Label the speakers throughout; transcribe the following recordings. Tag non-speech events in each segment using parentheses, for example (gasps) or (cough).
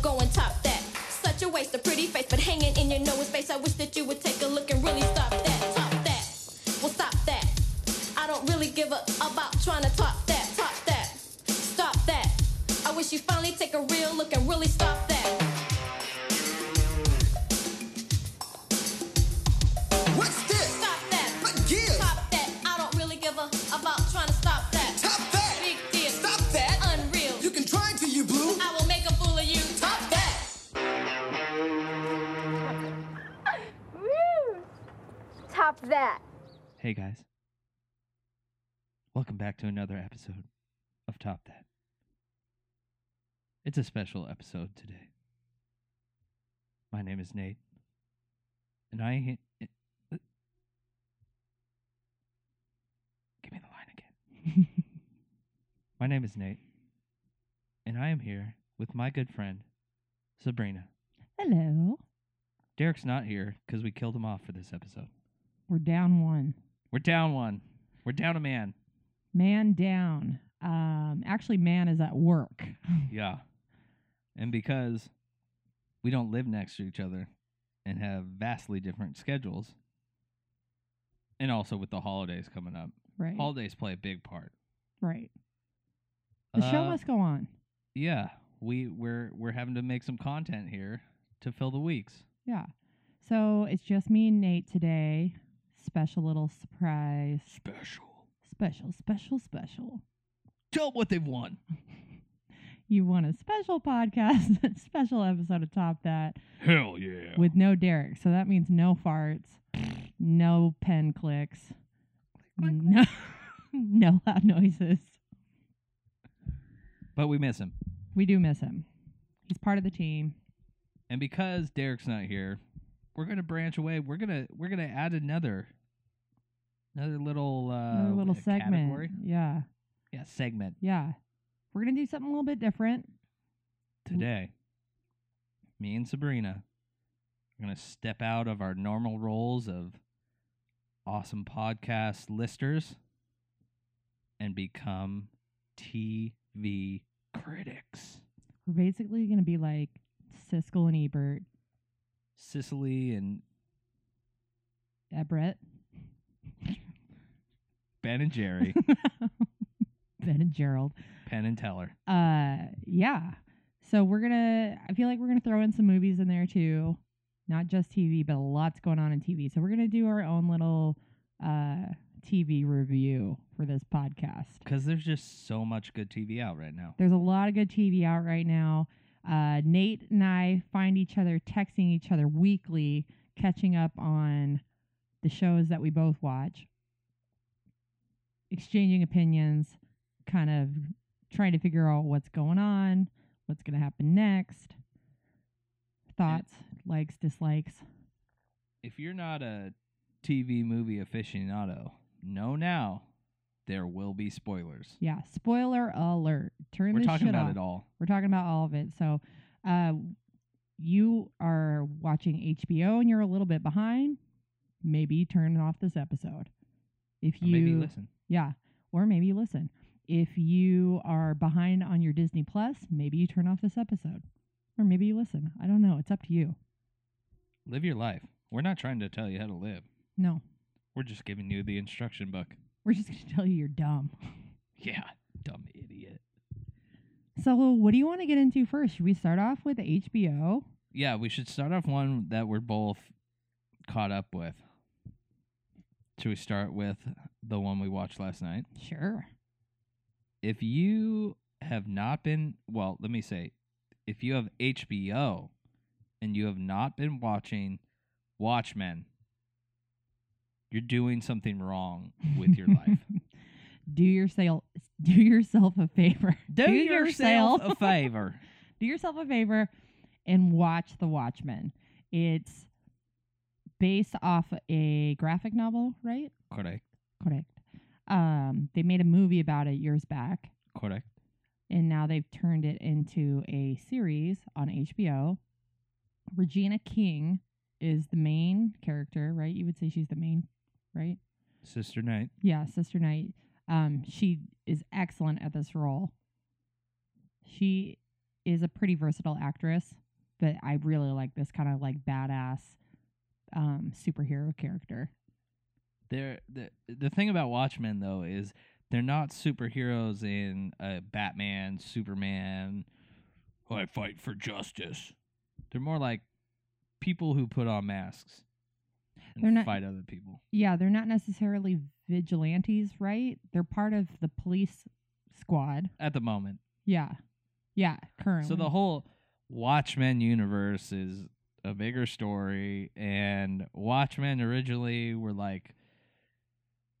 Speaker 1: go and top that. Such a waste of pretty face, but hanging in your nose space. I wish that you would take a look and really stop that. Top that. Well, stop that. I don't really give a about trying to top that. Top that. Stop that. I wish you finally take a real look and really stop that.
Speaker 2: What's this?
Speaker 1: Stop that.
Speaker 2: What gives?
Speaker 1: Top that. I don't really give a about trying to stop that.
Speaker 2: Top that.
Speaker 1: Big deal.
Speaker 2: Stop that.
Speaker 1: Unreal.
Speaker 2: You can try till you blue.
Speaker 1: I will make a fool of you.
Speaker 2: Top that.
Speaker 3: Top that.
Speaker 4: Hey guys. Welcome back to another episode of Top That. It's a special episode today. My name is Nate. And I eh, Give me the line again. (laughs) my name is Nate. And I am here with my good friend Sabrina.
Speaker 5: Hello.
Speaker 4: Derek's not here cuz we killed him off for this episode.
Speaker 5: We're down one.
Speaker 4: We're down one. We're down a man.
Speaker 5: Man down. Um, actually, man is at work.
Speaker 4: Yeah. And because we don't live next to each other and have vastly different schedules, and also with the holidays coming up,
Speaker 5: Right.
Speaker 4: holidays play a big part.
Speaker 5: right. The show
Speaker 4: Uh,
Speaker 5: must go on.
Speaker 4: Yeah, we we're we're having to make some content here to fill the weeks.
Speaker 5: Yeah. So it's just me and Nate today. Special little surprise.
Speaker 4: Special.
Speaker 5: Special, special, special.
Speaker 4: Tell 'em what they've won.
Speaker 5: You want a special podcast, (laughs) a special episode of Top That
Speaker 4: Hell yeah.
Speaker 5: with no Derek. So that means no farts, no pen clicks, no, (laughs) no loud noises.
Speaker 4: but we miss him.
Speaker 5: We do miss him. He's part of the team.
Speaker 4: And because Derek's not here, we're gonna branch away. We're gonna we're gonna add another another little uh
Speaker 5: Another little
Speaker 4: uh,
Speaker 5: segment.
Speaker 4: category.
Speaker 5: Yeah.
Speaker 4: Yeah, segment
Speaker 5: Yeah. We're going to do something a little bit different.
Speaker 4: today. Me and Sabrina are gonna step out of our normal roles of awesome podcast listers and become TV critics.
Speaker 5: We're basically going to be like Siskel and Ebert,
Speaker 4: Sicily and
Speaker 5: Ebrett,
Speaker 4: Ben and Jerry,
Speaker 5: (laughs) Ben and Gerald.
Speaker 4: Penn and Teller.
Speaker 5: Uh, yeah. So we're going to, I feel like we're going to throw in some movies in there too. Not just TV, but lots going on in TV. So we're going to do our own little uh, TV review for this podcast.
Speaker 4: Because there's just so much good TV out right now.
Speaker 5: There's a lot of good TV out right now. Uh, Nate and I find each other texting each other weekly, catching up on the shows that we both watch, exchanging opinions, kind of trying to figure out what's going on, what's going to happen next, thoughts, likes, dislikes.
Speaker 4: if you're not a TV movie aficionado, know now there will be spoilers.
Speaker 5: Yeah, spoiler alert. Turn
Speaker 4: We're
Speaker 5: this
Speaker 4: talking
Speaker 5: shit
Speaker 4: about
Speaker 5: off.
Speaker 4: it all.
Speaker 5: We're talking about all of it. So, uh, you are watching HBO and you're a little bit behind. Maybe turn off this episode. If
Speaker 4: Or
Speaker 5: you,
Speaker 4: maybe listen.
Speaker 5: yeah, or maybe listen. If you are behind on your Disney Plus, maybe you turn off this episode, or maybe you listen. I don't know. It's up to you.
Speaker 4: Live your life. We're not trying to tell you how to live.
Speaker 5: No, (laughs)
Speaker 4: We're just giving you the instruction book. (laughs)
Speaker 5: we're just gonna tell you you're dumb.
Speaker 4: Yeah, dumb idiot.
Speaker 5: So, what do you want to get into first? Should we start off with HBO?
Speaker 4: Yeah, we should start off one that we're both caught up with. Should we start with the one we watched last night?
Speaker 5: Sure.
Speaker 4: if you have not been well let me say if you have hbo and you have not been watching watchmen you're doing something wrong with your life
Speaker 5: do yourself (laughs) do yourself a favor.
Speaker 4: a favor
Speaker 5: do yourself a favor and watch The Watchmen. It's based off a graphic novel, right?
Speaker 4: correct
Speaker 5: Correct. Um, they made a movie about it years back,
Speaker 4: correct
Speaker 5: and now they've turned it into a series on HBO. Regina King is the main character, right? You would say she's the main, right?
Speaker 4: sister knight
Speaker 5: Yeah, Sister Knight. Um, she is excellent at this role. She is a pretty versatile actress, but I really like this kind of like badass um, superhero character.
Speaker 4: They're the the thing about Watchmen though is they're not superheroes in uh, Batman, Superman. I fight for justice. They're more like people who put on masks and
Speaker 5: They're not-
Speaker 4: fight other people.
Speaker 5: Yeah, they're not necessarily vigilantes, right? They're part of the police squad.
Speaker 4: at the moment.
Speaker 5: Yeah. Yeah, currently.
Speaker 4: So the whole Watchmen universe is a bigger story, and Watchmen originally were like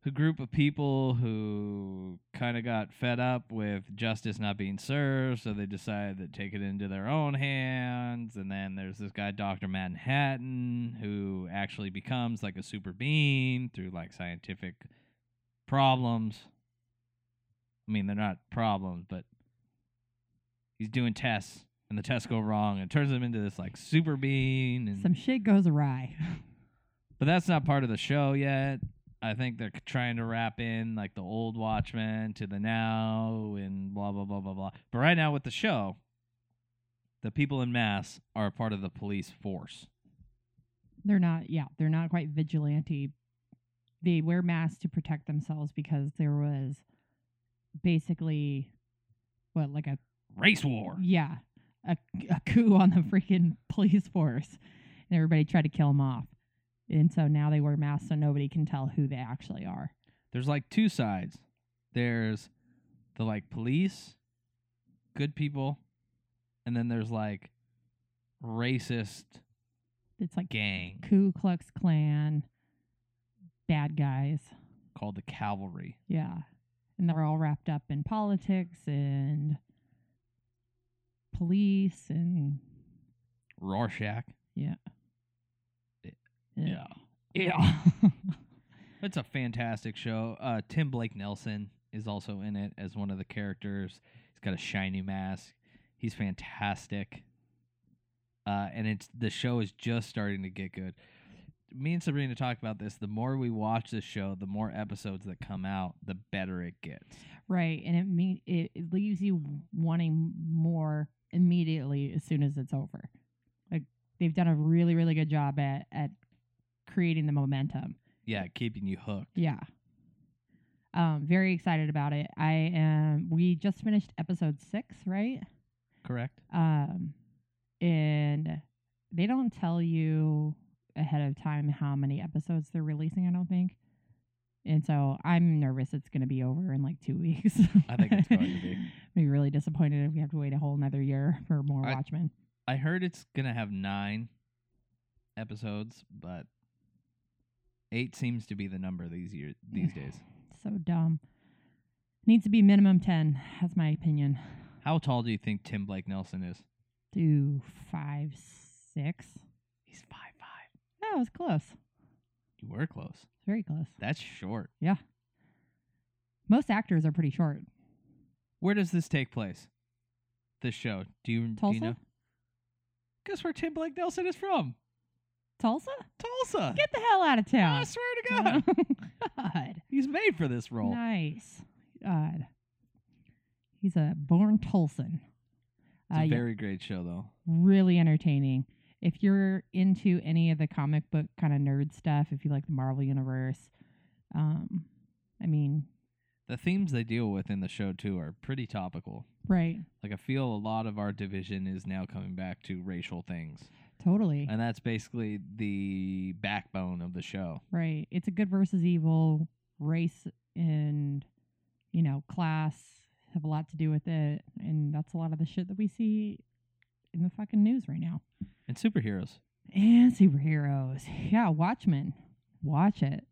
Speaker 4: a group of people who kind of got fed up with justice not being served, so they decided to take it into their own hands. And then there's this guy, Dr. Manhattan, who actually becomes like a super being through like scientific problems. I mean, they're not problems, but he's doing tests and the tests go wrong and it turns him into this like super being and
Speaker 5: some shit goes awry.
Speaker 4: but that's not part of the show yet i think they're trying to wrap in like the old watchmen to the now and blah blah blah blah blah but right now with the show the people in mass are a part of the police force
Speaker 5: they're not yeah, they're not quite vigilante. They wear masks to protect themselves because there was basically what like a
Speaker 4: race war
Speaker 5: Yeah, a, a coup on the freaking (laughs) police force, and everybody tried to kill them off. And so now they wear masks so nobody can tell who they actually are.
Speaker 4: there's like two sides there's the like police good people and then there's like racist
Speaker 5: It's like
Speaker 4: gang
Speaker 5: Ku Klux Klan, bad guys.
Speaker 4: called the cavalry
Speaker 5: Yeah, and they're all wrapped up in politics and police and
Speaker 4: Rorschach.
Speaker 5: yeah,
Speaker 4: Yeah.
Speaker 5: yeah.
Speaker 4: It's a fantastic show. Uh, Tim Blake Nelson is also in it as one of the characters. He's got a shiny mask. He's fantastic. Uh, and it's the show is just starting to get good. Me and Sabrina talk about this. The more we watch this show, the more episodes that come out, the better it gets.
Speaker 5: (laughs) Right, and it mean it, it leaves you wanting more immediately as soon as it's over. Like they've done a really really good job at at creating the momentum.
Speaker 4: Yeah, keeping you hooked.
Speaker 5: Yeah. Um very excited about it. I am we just finished episode 6, right?
Speaker 4: Correct?
Speaker 5: Um and they don't tell you ahead of time how many episodes they're releasing, I don't think. And so I'm nervous it's going to be over in like 2 (laughs) weeks.
Speaker 4: I think it's going to be.
Speaker 5: (laughs) be really disappointed if we have to wait a whole another year for more
Speaker 4: I-
Speaker 5: Watchmen.
Speaker 4: I heard it's going to have nine episodes, but eight seems to be the number these years these days.
Speaker 5: So dumb. Needs to be minimum 10. That's my opinion.
Speaker 4: How tall do you think Tim Blake Nelson is?
Speaker 5: Do five, six.
Speaker 4: He's five five.
Speaker 5: That was close.
Speaker 4: You were close.
Speaker 5: Very close.
Speaker 4: That's short.
Speaker 5: Most actors are pretty short.
Speaker 4: Where does this take place? This show. Do you, do
Speaker 5: Tulsa?
Speaker 4: you know? Guess where Tim Blake Nelson is from?
Speaker 5: Tulsa?
Speaker 4: Tulsa.
Speaker 5: Get the hell out of
Speaker 4: I
Speaker 5: town.
Speaker 4: swear to God.
Speaker 5: (laughs) God.
Speaker 4: He's made for this role.
Speaker 5: Nice. God. He's a born Tulsan.
Speaker 4: It's
Speaker 5: Uh,
Speaker 4: a
Speaker 5: yeah.
Speaker 4: very great show though.
Speaker 5: really entertaining. If you're into any of the comic book kind of nerd stuff, if you like the Marvel universe, um, I mean,
Speaker 4: The themes they deal with in the show too are pretty topical.
Speaker 5: right,
Speaker 4: Like I feel a lot of our division is now coming back to racial things.
Speaker 5: totally,
Speaker 4: And that's basically the backbone of the show.
Speaker 5: right. It's a good versus evil race and you know class have a lot to do with it, and that's a lot of the shit that we see in the fucking news right now.
Speaker 4: And superheroes.
Speaker 5: And superheroes. Yeah, Watchmen. Watch it.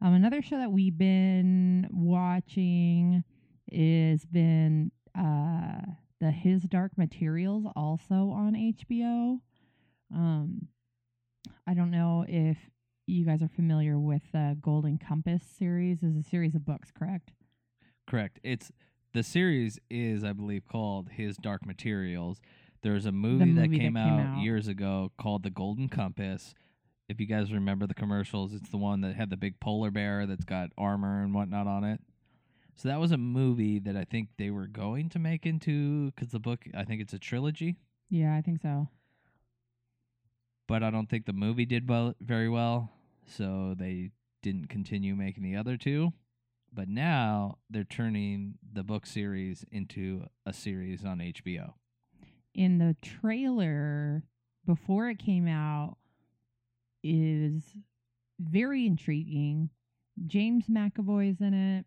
Speaker 5: Um, another show that we've been watching is been uh, the His Dark Materials, also on HBO. Um, I don't know if you guys are familiar with the Golden Compass series. Is a series of books, correct?
Speaker 4: Correct. It's the series is, I believe, called His Dark Materials. There's a movie, that,
Speaker 5: movie that
Speaker 4: came,
Speaker 5: came
Speaker 4: out,
Speaker 5: out.
Speaker 4: years ago called The Golden Compass. If you guys remember the commercials, it's the one that had the big polar bear that's got armor and whatnot on it. So that was a movie that I think they were going to make into because the book, I think it's a trilogy,
Speaker 5: Yeah, I think so.
Speaker 4: but I don't think the movie did well, very well. So they didn't continue making the other two. But now they're turning the book series into a series on HBO.
Speaker 5: In the trailer before it came out is very intriguing. James McAvoy's in it.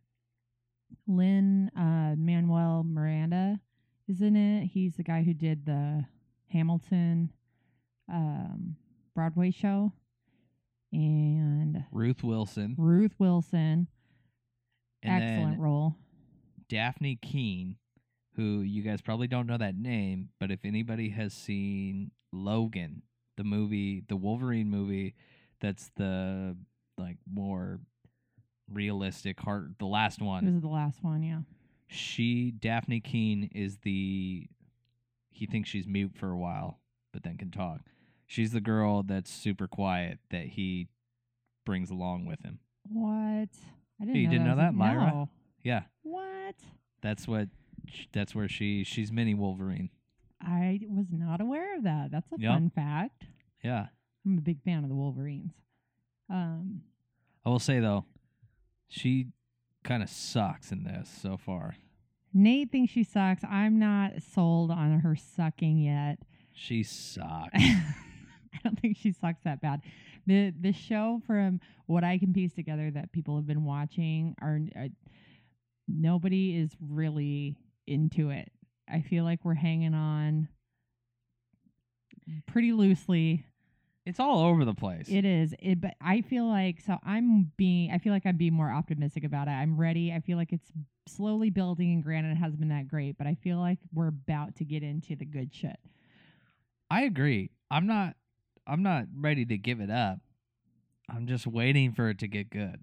Speaker 5: Lynn uh, Manuel Miranda is in it. He's the guy who did the Hamilton um, Broadway show. And
Speaker 4: Ruth Wilson
Speaker 5: Ruth Wilson,
Speaker 4: and
Speaker 5: excellent
Speaker 4: then
Speaker 5: role.
Speaker 4: Daphne Keene, who you guys probably don't know that name, but if anybody has seen Logan, the movie, the Wolverine movie, that's the like more realistic heart, the last one.
Speaker 5: This is the last one, yeah.
Speaker 4: she Daphne Keene is the he thinks she's mute for a while, but then can talk. She's the girl that's super quiet that he brings along with him.
Speaker 5: What? I didn't.
Speaker 4: Oh, You
Speaker 5: know
Speaker 4: didn't know
Speaker 5: that,
Speaker 4: that, Lyra?
Speaker 5: No.
Speaker 4: Yeah,
Speaker 5: What?
Speaker 4: that's what that's where she she's mini Wolverine.
Speaker 5: I was not aware of that. That's a
Speaker 4: Yep.
Speaker 5: fun fact.
Speaker 4: Yeah.
Speaker 5: I'm a big fan of the Wolverines. Um,
Speaker 4: I will say though, she kind of sucks in this so far.
Speaker 5: Nate thinks she sucks. I'm not sold on her sucking yet. (laughs)
Speaker 4: She sucks.
Speaker 5: I don't think she sucks that bad. The the show from what I can piece together that people have been watching are uh, nobody is really into it. I feel like we're hanging on pretty loosely.
Speaker 4: it's all over the place.
Speaker 5: It is. It but I feel like so I'm being I feel like I'm being more optimistic about it. I'm ready. I feel like it's slowly building and granted it hasn't been that great, but I feel like we're about to get into the good shit.
Speaker 4: I agree. I'm not I'm not ready to give it up. I'm just waiting for it to get good.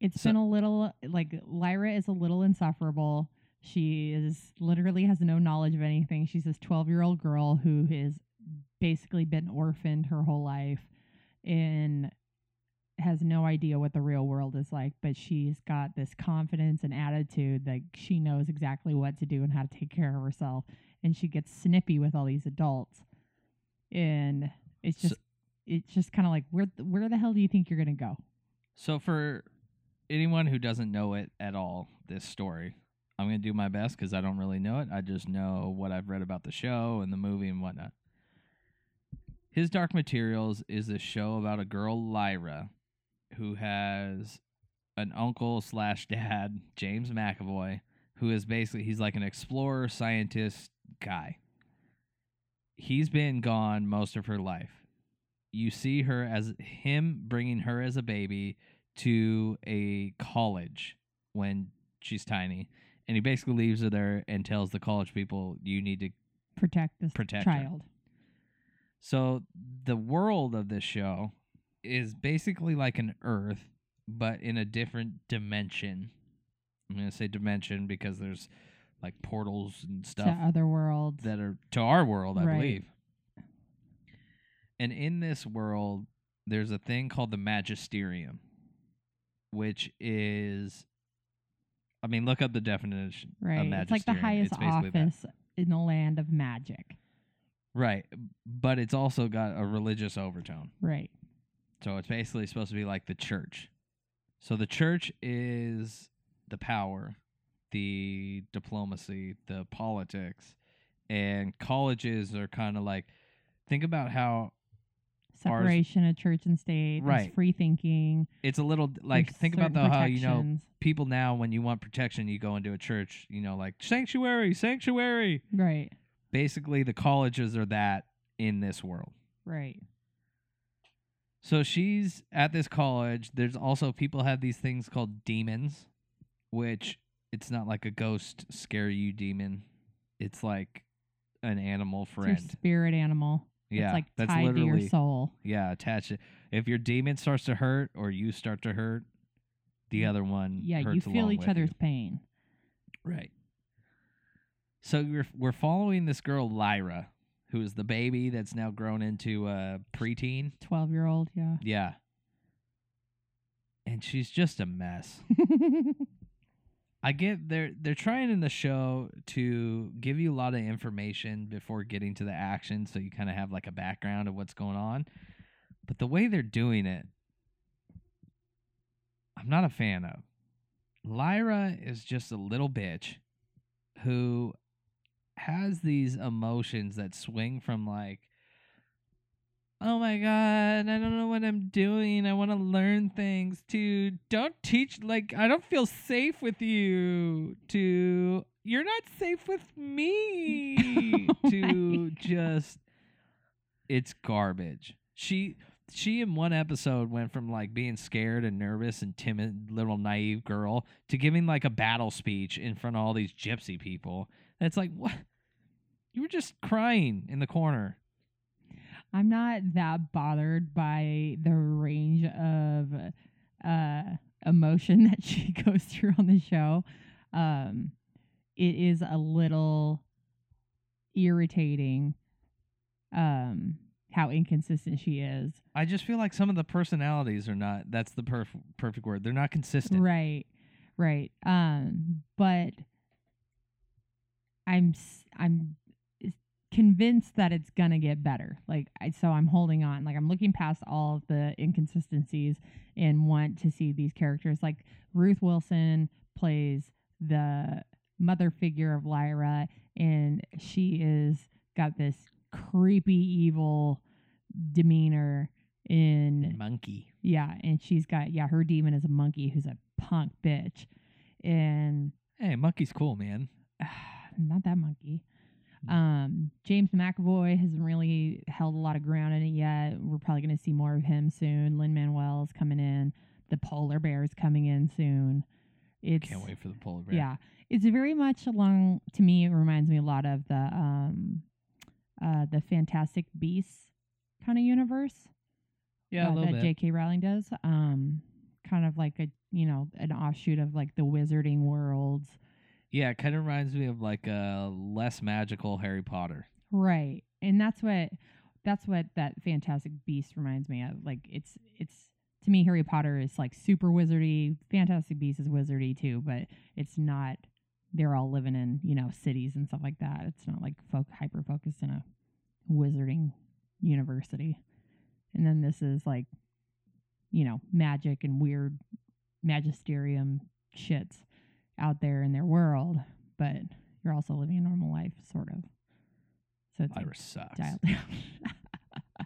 Speaker 5: It's
Speaker 4: So-
Speaker 5: been a little like Lyra is a little insufferable. She is literally has no knowledge of anything. She's this 12 year old girl who has basically been orphaned her whole life and has no idea what the real world is like, but she's got this confidence and attitude that she knows exactly what to do and how to take care of herself. And she gets snippy with all these adults. And it's
Speaker 4: So-
Speaker 5: just, it's just kind of like, where, th- where the hell do you think you're going to go?
Speaker 4: So for anyone who doesn't know it at all, this story, I'm gonna do my best because I don't really know it. I just know what I've read about the show and the movie and whatnot. His Dark Materials is a show about a girl Lyra, who has an uncle slash dad James McAvoy, who is basically he's like an explorer scientist guy. He's been gone most of her life. You see her as him bringing her as a baby to a college when she's tiny and he basically leaves her there and tells the college people you need to
Speaker 5: protect this
Speaker 4: Protect her.
Speaker 5: child.
Speaker 4: so the world of this show is basically like an earth but in a different dimension i'm going to say dimension because there's like portals and stuff
Speaker 5: to other worlds.
Speaker 4: that are to our world, I
Speaker 5: Right.
Speaker 4: believe. And in this world, there's a thing called the Magisterium, which is, I mean, look up the definition. Of
Speaker 5: right.
Speaker 4: magisterium.
Speaker 5: It's like the highest
Speaker 4: It's basically that.
Speaker 5: office in the land of magic.
Speaker 4: Right, but it's also got a religious overtone.
Speaker 5: Right.
Speaker 4: So it's basically supposed to be like the church. So the church is the power, the diplomacy, the politics, and colleges are kind of like think about how
Speaker 5: Separation of church and state. there's
Speaker 4: Right.
Speaker 5: Free thinking.
Speaker 4: it's a little like
Speaker 5: there's
Speaker 4: think about though
Speaker 5: certain
Speaker 4: how you know
Speaker 5: protections.
Speaker 4: people now when you want protection you go into a church you know like sanctuary sanctuary
Speaker 5: Right.
Speaker 4: basically the colleges are that in this world
Speaker 5: Right.
Speaker 4: so she's at this college there's also people have these things called demons which it's not like a ghost scare you demon it's like an animal
Speaker 5: It's your
Speaker 4: friend
Speaker 5: spirit animal.
Speaker 4: yeah
Speaker 5: it's like
Speaker 4: that's
Speaker 5: tied
Speaker 4: literally
Speaker 5: to your soul.
Speaker 4: yeah attach it if your demon starts to hurt or you start to hurt the other one
Speaker 5: Yeah, you
Speaker 4: hurts
Speaker 5: feel
Speaker 4: along
Speaker 5: each
Speaker 4: with you.
Speaker 5: other's pain.
Speaker 4: Right. So we're we're following this girl Lyra, who is the baby that's now grown into a preteen.
Speaker 5: Twelve year old, yeah. (laughs)
Speaker 4: Yeah. And she's just a mess. I get they're they're trying in the show to give you a lot of information before getting to the action, so you kind of have like a background of what's going on. But the way they're doing it, I'm not a fan of. Lyra is just a little bitch who has these emotions that swing from like Oh my god, I don't know what I'm doing. I want to learn things to don't teach like I don't feel safe with you to you're not safe with me
Speaker 5: (laughs) Oh
Speaker 4: to
Speaker 5: my
Speaker 4: just it's garbage. She she in one episode went from like being scared and nervous and timid little naive girl to giving like a battle speech in front of all these gypsy people. And it's like what you were just crying in the corner.
Speaker 5: I'm not that bothered by the range of uh, emotion (laughs) that she goes through on the show. Um, it is a little irritating um, how inconsistent she is.
Speaker 4: I just feel like some of the personalities are not. That's the perf- perfect word. They're not consistent.
Speaker 5: Right, right. Um, but I'm s- I'm s- convinced that it's gonna get better. Like, I, so I'm holding on. Like, I'm looking past all of the inconsistencies and want to see these characters. Like, Ruth Wilson plays the mother figure of Lyra, and she is got this creepy evil demeanor in
Speaker 4: Monkey.
Speaker 5: yeah, and she's got yeah, her demon is a monkey who's a punk bitch, and (sighs)
Speaker 4: Hey, monkey's cool, man.
Speaker 5: not that monkey.
Speaker 4: Mm-hmm.
Speaker 5: Um, James McAvoy hasn't really held a lot of ground in it yet. We're probably going to see more of him soon. Lin Manuel's coming in. The polar bear's coming in soon. It's
Speaker 4: Can't wait for the polar bear.
Speaker 5: yeah, it's very much along to me. It reminds me a lot of the um, uh, the Fantastic Beasts kind of universe
Speaker 4: yeah, a
Speaker 5: uh,
Speaker 4: little
Speaker 5: that
Speaker 4: bit.
Speaker 5: J.K. Rowling does. Um, kind of like a you know an offshoot of like the Wizarding worlds,
Speaker 4: yeah, it kind of reminds me of like a less magical Harry Potter.
Speaker 5: right? And that's what that's what that Fantastic Beast reminds me of. Like it's it's to me Harry Potter is like super wizardy. Fantastic Beast is wizardy too, but it's not. They're all living in you know cities and stuff like that. It's not like folk hyper focused in a wizarding university. And then this is like, you know, magic and weird magisterium shits out there in their world, but you're also living a normal life, sort of. So it's like
Speaker 4: Lyra sucks.
Speaker 5: dialed down. (laughs)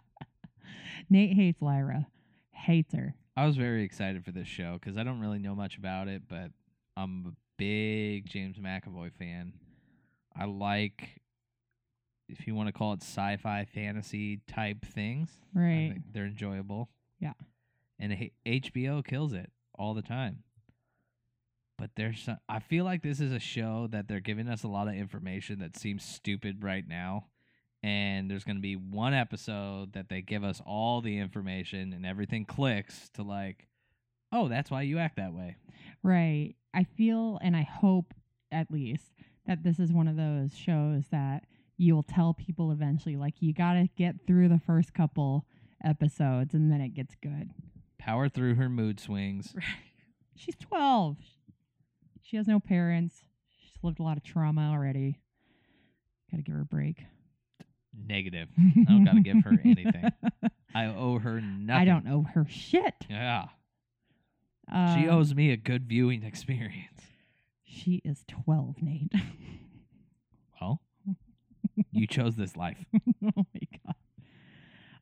Speaker 5: Nate hates Lyra. Hates her.
Speaker 4: I was very excited for this show because I don't really know much about it, but I'm a big James McAvoy fan. I like, if you want to call it sci-fi fantasy type things. I
Speaker 5: Right.
Speaker 4: think they're enjoyable.
Speaker 5: Yeah.
Speaker 4: And H- HBO kills it all the time. But there's some, I feel like this is a show that they're giving us a lot of information that seems stupid right now. And there's going to be one episode that they give us all the information and everything clicks to like, oh, that's why you act that way.
Speaker 5: Right. I feel and I hope at least that this is one of those shows that you'll tell people eventually like you got to get through the first couple episodes and then it gets good.
Speaker 4: Power through her mood swings.
Speaker 5: She's 12. She has no parents. She's lived a lot of trauma already. Got to give her a break. (laughs)
Speaker 4: Negative. I don't got to give her anything. I owe her nothing.
Speaker 5: I don't know her shit.
Speaker 4: Yeah.
Speaker 5: Uh,
Speaker 4: she owes me a good viewing (laughs) experience.
Speaker 5: She is 12, Nate. (laughs)
Speaker 4: Well, Oh. you chose this life.
Speaker 5: (laughs) oh my god.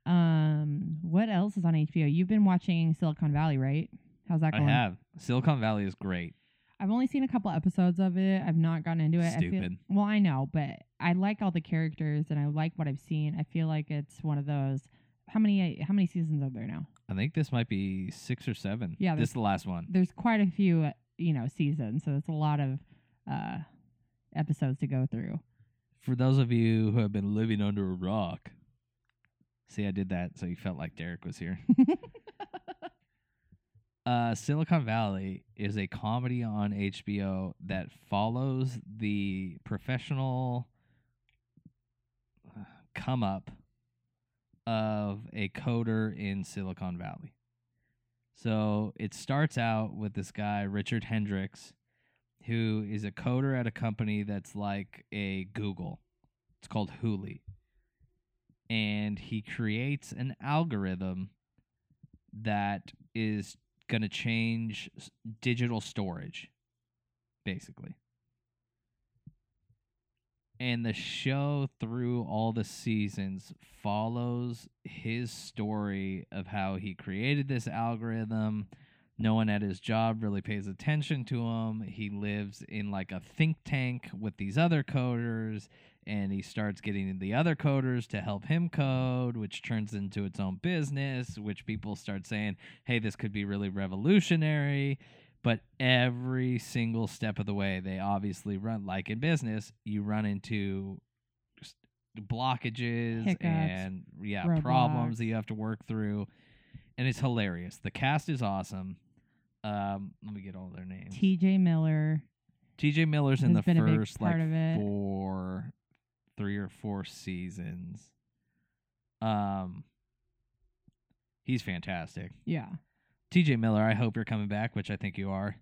Speaker 5: Um, what else is on HBO? You've been watching Silicon Valley, right? How's that
Speaker 4: I
Speaker 5: going?
Speaker 4: have. Silicon Valley is great.
Speaker 5: I've only seen a couple episodes of it. I've not gotten into it. I feel,
Speaker 4: Stupid.
Speaker 5: well, I know, but I like all the characters and I like what I've seen. I feel like it's one of those. How many? How many seasons are there now?
Speaker 4: I think this might be six or seven.
Speaker 5: Yeah,
Speaker 4: this is the last one.
Speaker 5: There's quite a few, uh, you know, seasons. So that's a lot of uh episodes to go through.
Speaker 4: For those of you who have been living under a rock, see, I did that so you felt like Derek was here. (laughs) uh, Silicon Valley is a comedy on HBO that follows the professional uh, come up of a coder in Silicon Valley. So it starts out with this guy, Richard Hendricks, who is a coder at a company that's like a Google. It's called Hooli. And he creates an algorithm that is going to change s- digital storage, basically. And the show through all the seasons follows his story of how he created this algorithm. No one at his job really pays attention to him. He lives in like a think tank with these other coders, and he starts getting the other coders to help him code, which turns into its own business, which people start saying, hey, this could be really revolutionary. But every single step of the way, they obviously run, like in business, you run into s- blockages
Speaker 5: Hiccups,
Speaker 4: and, yeah, problems that
Speaker 5: roadblocks.
Speaker 4: you have to work through. And it's hilarious. The cast is awesome. Um, let me get all their names.
Speaker 5: T.J. Miller.
Speaker 4: TJ Miller's in
Speaker 5: has
Speaker 4: the
Speaker 5: been a big
Speaker 4: first like
Speaker 5: part of it.
Speaker 4: four, three or four seasons. Um, he's fantastic.
Speaker 5: Yeah,
Speaker 4: TJ Miller, I hope you're coming back, which I think you are.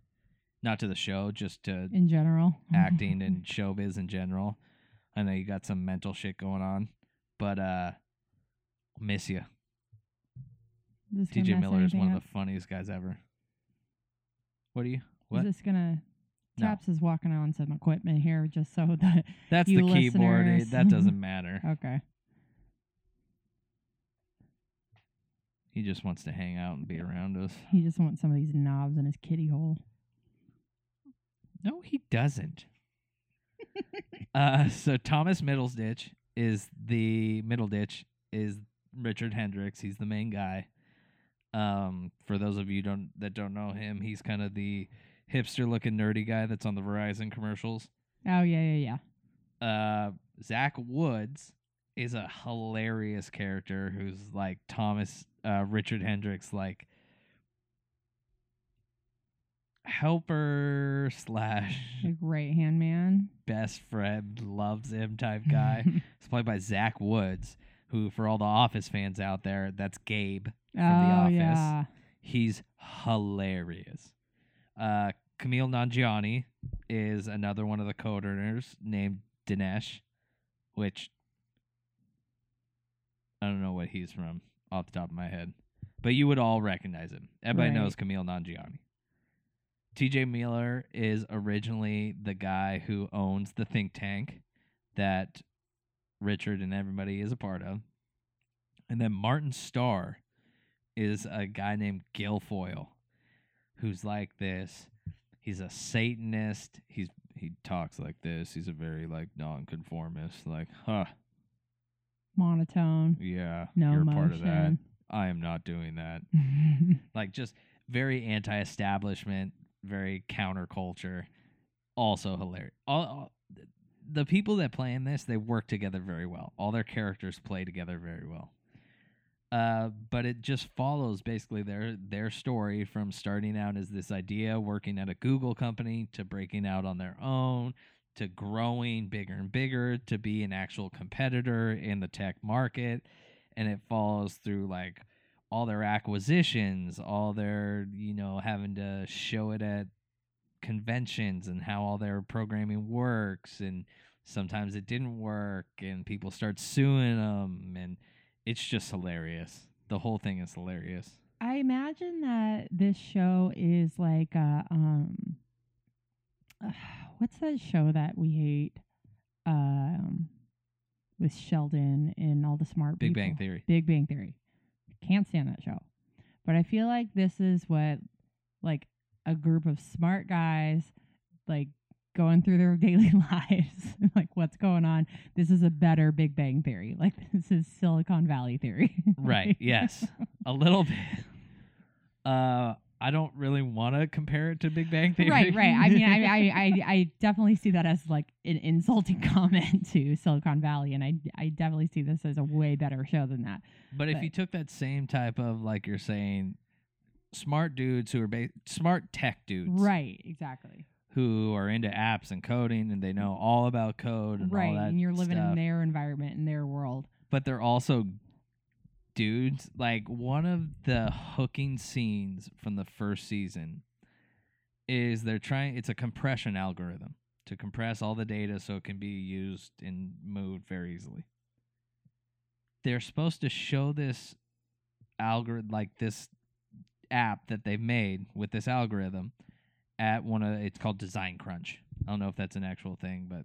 Speaker 4: Not to the show, just to
Speaker 5: in general. (laughs)
Speaker 4: acting and showbiz in general. I know you got some mental shit going on, but uh, miss you.
Speaker 5: This gonna
Speaker 4: TJ
Speaker 5: mess
Speaker 4: Miller is one
Speaker 5: anything
Speaker 4: of the funniest guys ever. What are you?
Speaker 5: up?
Speaker 4: What?
Speaker 5: Is this gonna?
Speaker 4: No.
Speaker 5: Taps is walking on some equipment here, just so (laughs) that.
Speaker 4: That's
Speaker 5: you
Speaker 4: the keyboard. eh?
Speaker 5: listeners. Oh.
Speaker 4: That
Speaker 5: (laughs)
Speaker 4: doesn't matter.
Speaker 5: Okay.
Speaker 4: He just wants to hang out and be around us.
Speaker 5: He just wants some of these knobs in his kitty hole.
Speaker 4: No,
Speaker 5: (laughs)
Speaker 4: he doesn't. uh, so Thomas Middleditch is the Middleditch is Richard Hendricks. He's the main guy. Um, for those of you don't that don't know him, he's kind of the hipster looking nerdy guy that's on the Verizon commercials.
Speaker 5: Oh yeah, yeah, yeah.
Speaker 4: Uh, Zach Woods is a hilarious character who's like Thomas uh, Richard Hendricks like helper slash
Speaker 5: Like right hand man.
Speaker 4: best friend, loves him type
Speaker 5: (laughs)
Speaker 4: guy. it's played by Zach Woods, who, for all the Office fans out there, that's Gabe.
Speaker 5: oh
Speaker 4: Office.
Speaker 5: yeah.
Speaker 4: He's hilarious. Uh, Camille Nangiani is another one of the co-owners named Dinesh, which I don't know what he's from off the top of my head, but you would all recognize him. Everybody
Speaker 5: Right.
Speaker 4: knows Camille Nangiani. TJ Mueller is originally the guy who owns the think tank that Richard and everybody is a part of. And then Martin Starr is a guy named Guilfoyle who's like this. He's a Satanist. He's he talks like this. He's a very like nonconformist. Like, huh,
Speaker 5: Monotone. (laughs)
Speaker 4: yeah,
Speaker 5: No
Speaker 4: you're a
Speaker 5: motion.
Speaker 4: part of that. I am not doing that. Like, just very anti-establishment, very counterculture. Also hilarious. All, all the people that play in this, they work together very well. All their characters play together very well. Uh, but it just follows basically their their story from starting out as this idea, working at a Google company, to breaking out on their own, to growing bigger and bigger, to be an actual competitor in the tech market, and it follows through like all their acquisitions, all their you know having to show it at conventions and how all their programming works and sometimes it didn't work and people start suing them and it's just hilarious the whole thing is hilarious
Speaker 5: I imagine that this show is like uh, um (sighs) what's that show that we hate um with Sheldon and all the smart
Speaker 4: big
Speaker 5: people?
Speaker 4: bang
Speaker 5: (laughs)
Speaker 4: theory
Speaker 5: Big Bang Theory. Can't stand that show. But I feel like this is what like a group of smart guys like going through their (laughs) daily lives (laughs) like what's going on. This is a better Big Bang Theory. (laughs) Like this is Silicon Valley theory. (laughs)
Speaker 4: right yes a little bit (laughs) uh i don't really want to compare it to big bang theory
Speaker 5: Right, right. I mean, I, I,
Speaker 4: (laughs)
Speaker 5: I, I definitely see that as like an insulting (laughs) comment to Silicon Valley, and I, I definitely see this as a way better show than that.
Speaker 4: But if
Speaker 5: But-
Speaker 4: you took that same type of like you're saying, smart dudes who are ba- smart tech dudes,
Speaker 5: Right, exactly.
Speaker 4: Who are into apps and coding and they know all about code and
Speaker 5: Right,
Speaker 4: all that
Speaker 5: and you're living
Speaker 4: stuff,
Speaker 5: in their environment, in their world. (laughs)
Speaker 4: But they're also dudes. Like one of the hooking scenes from the first season is they're trying it's a compression algorithm to compress all the data so it can be used and moved very easily they're supposed to show this algorithm like this app that they've made with this algorithm at one of it's called design crunch i don't know if that's an actual thing but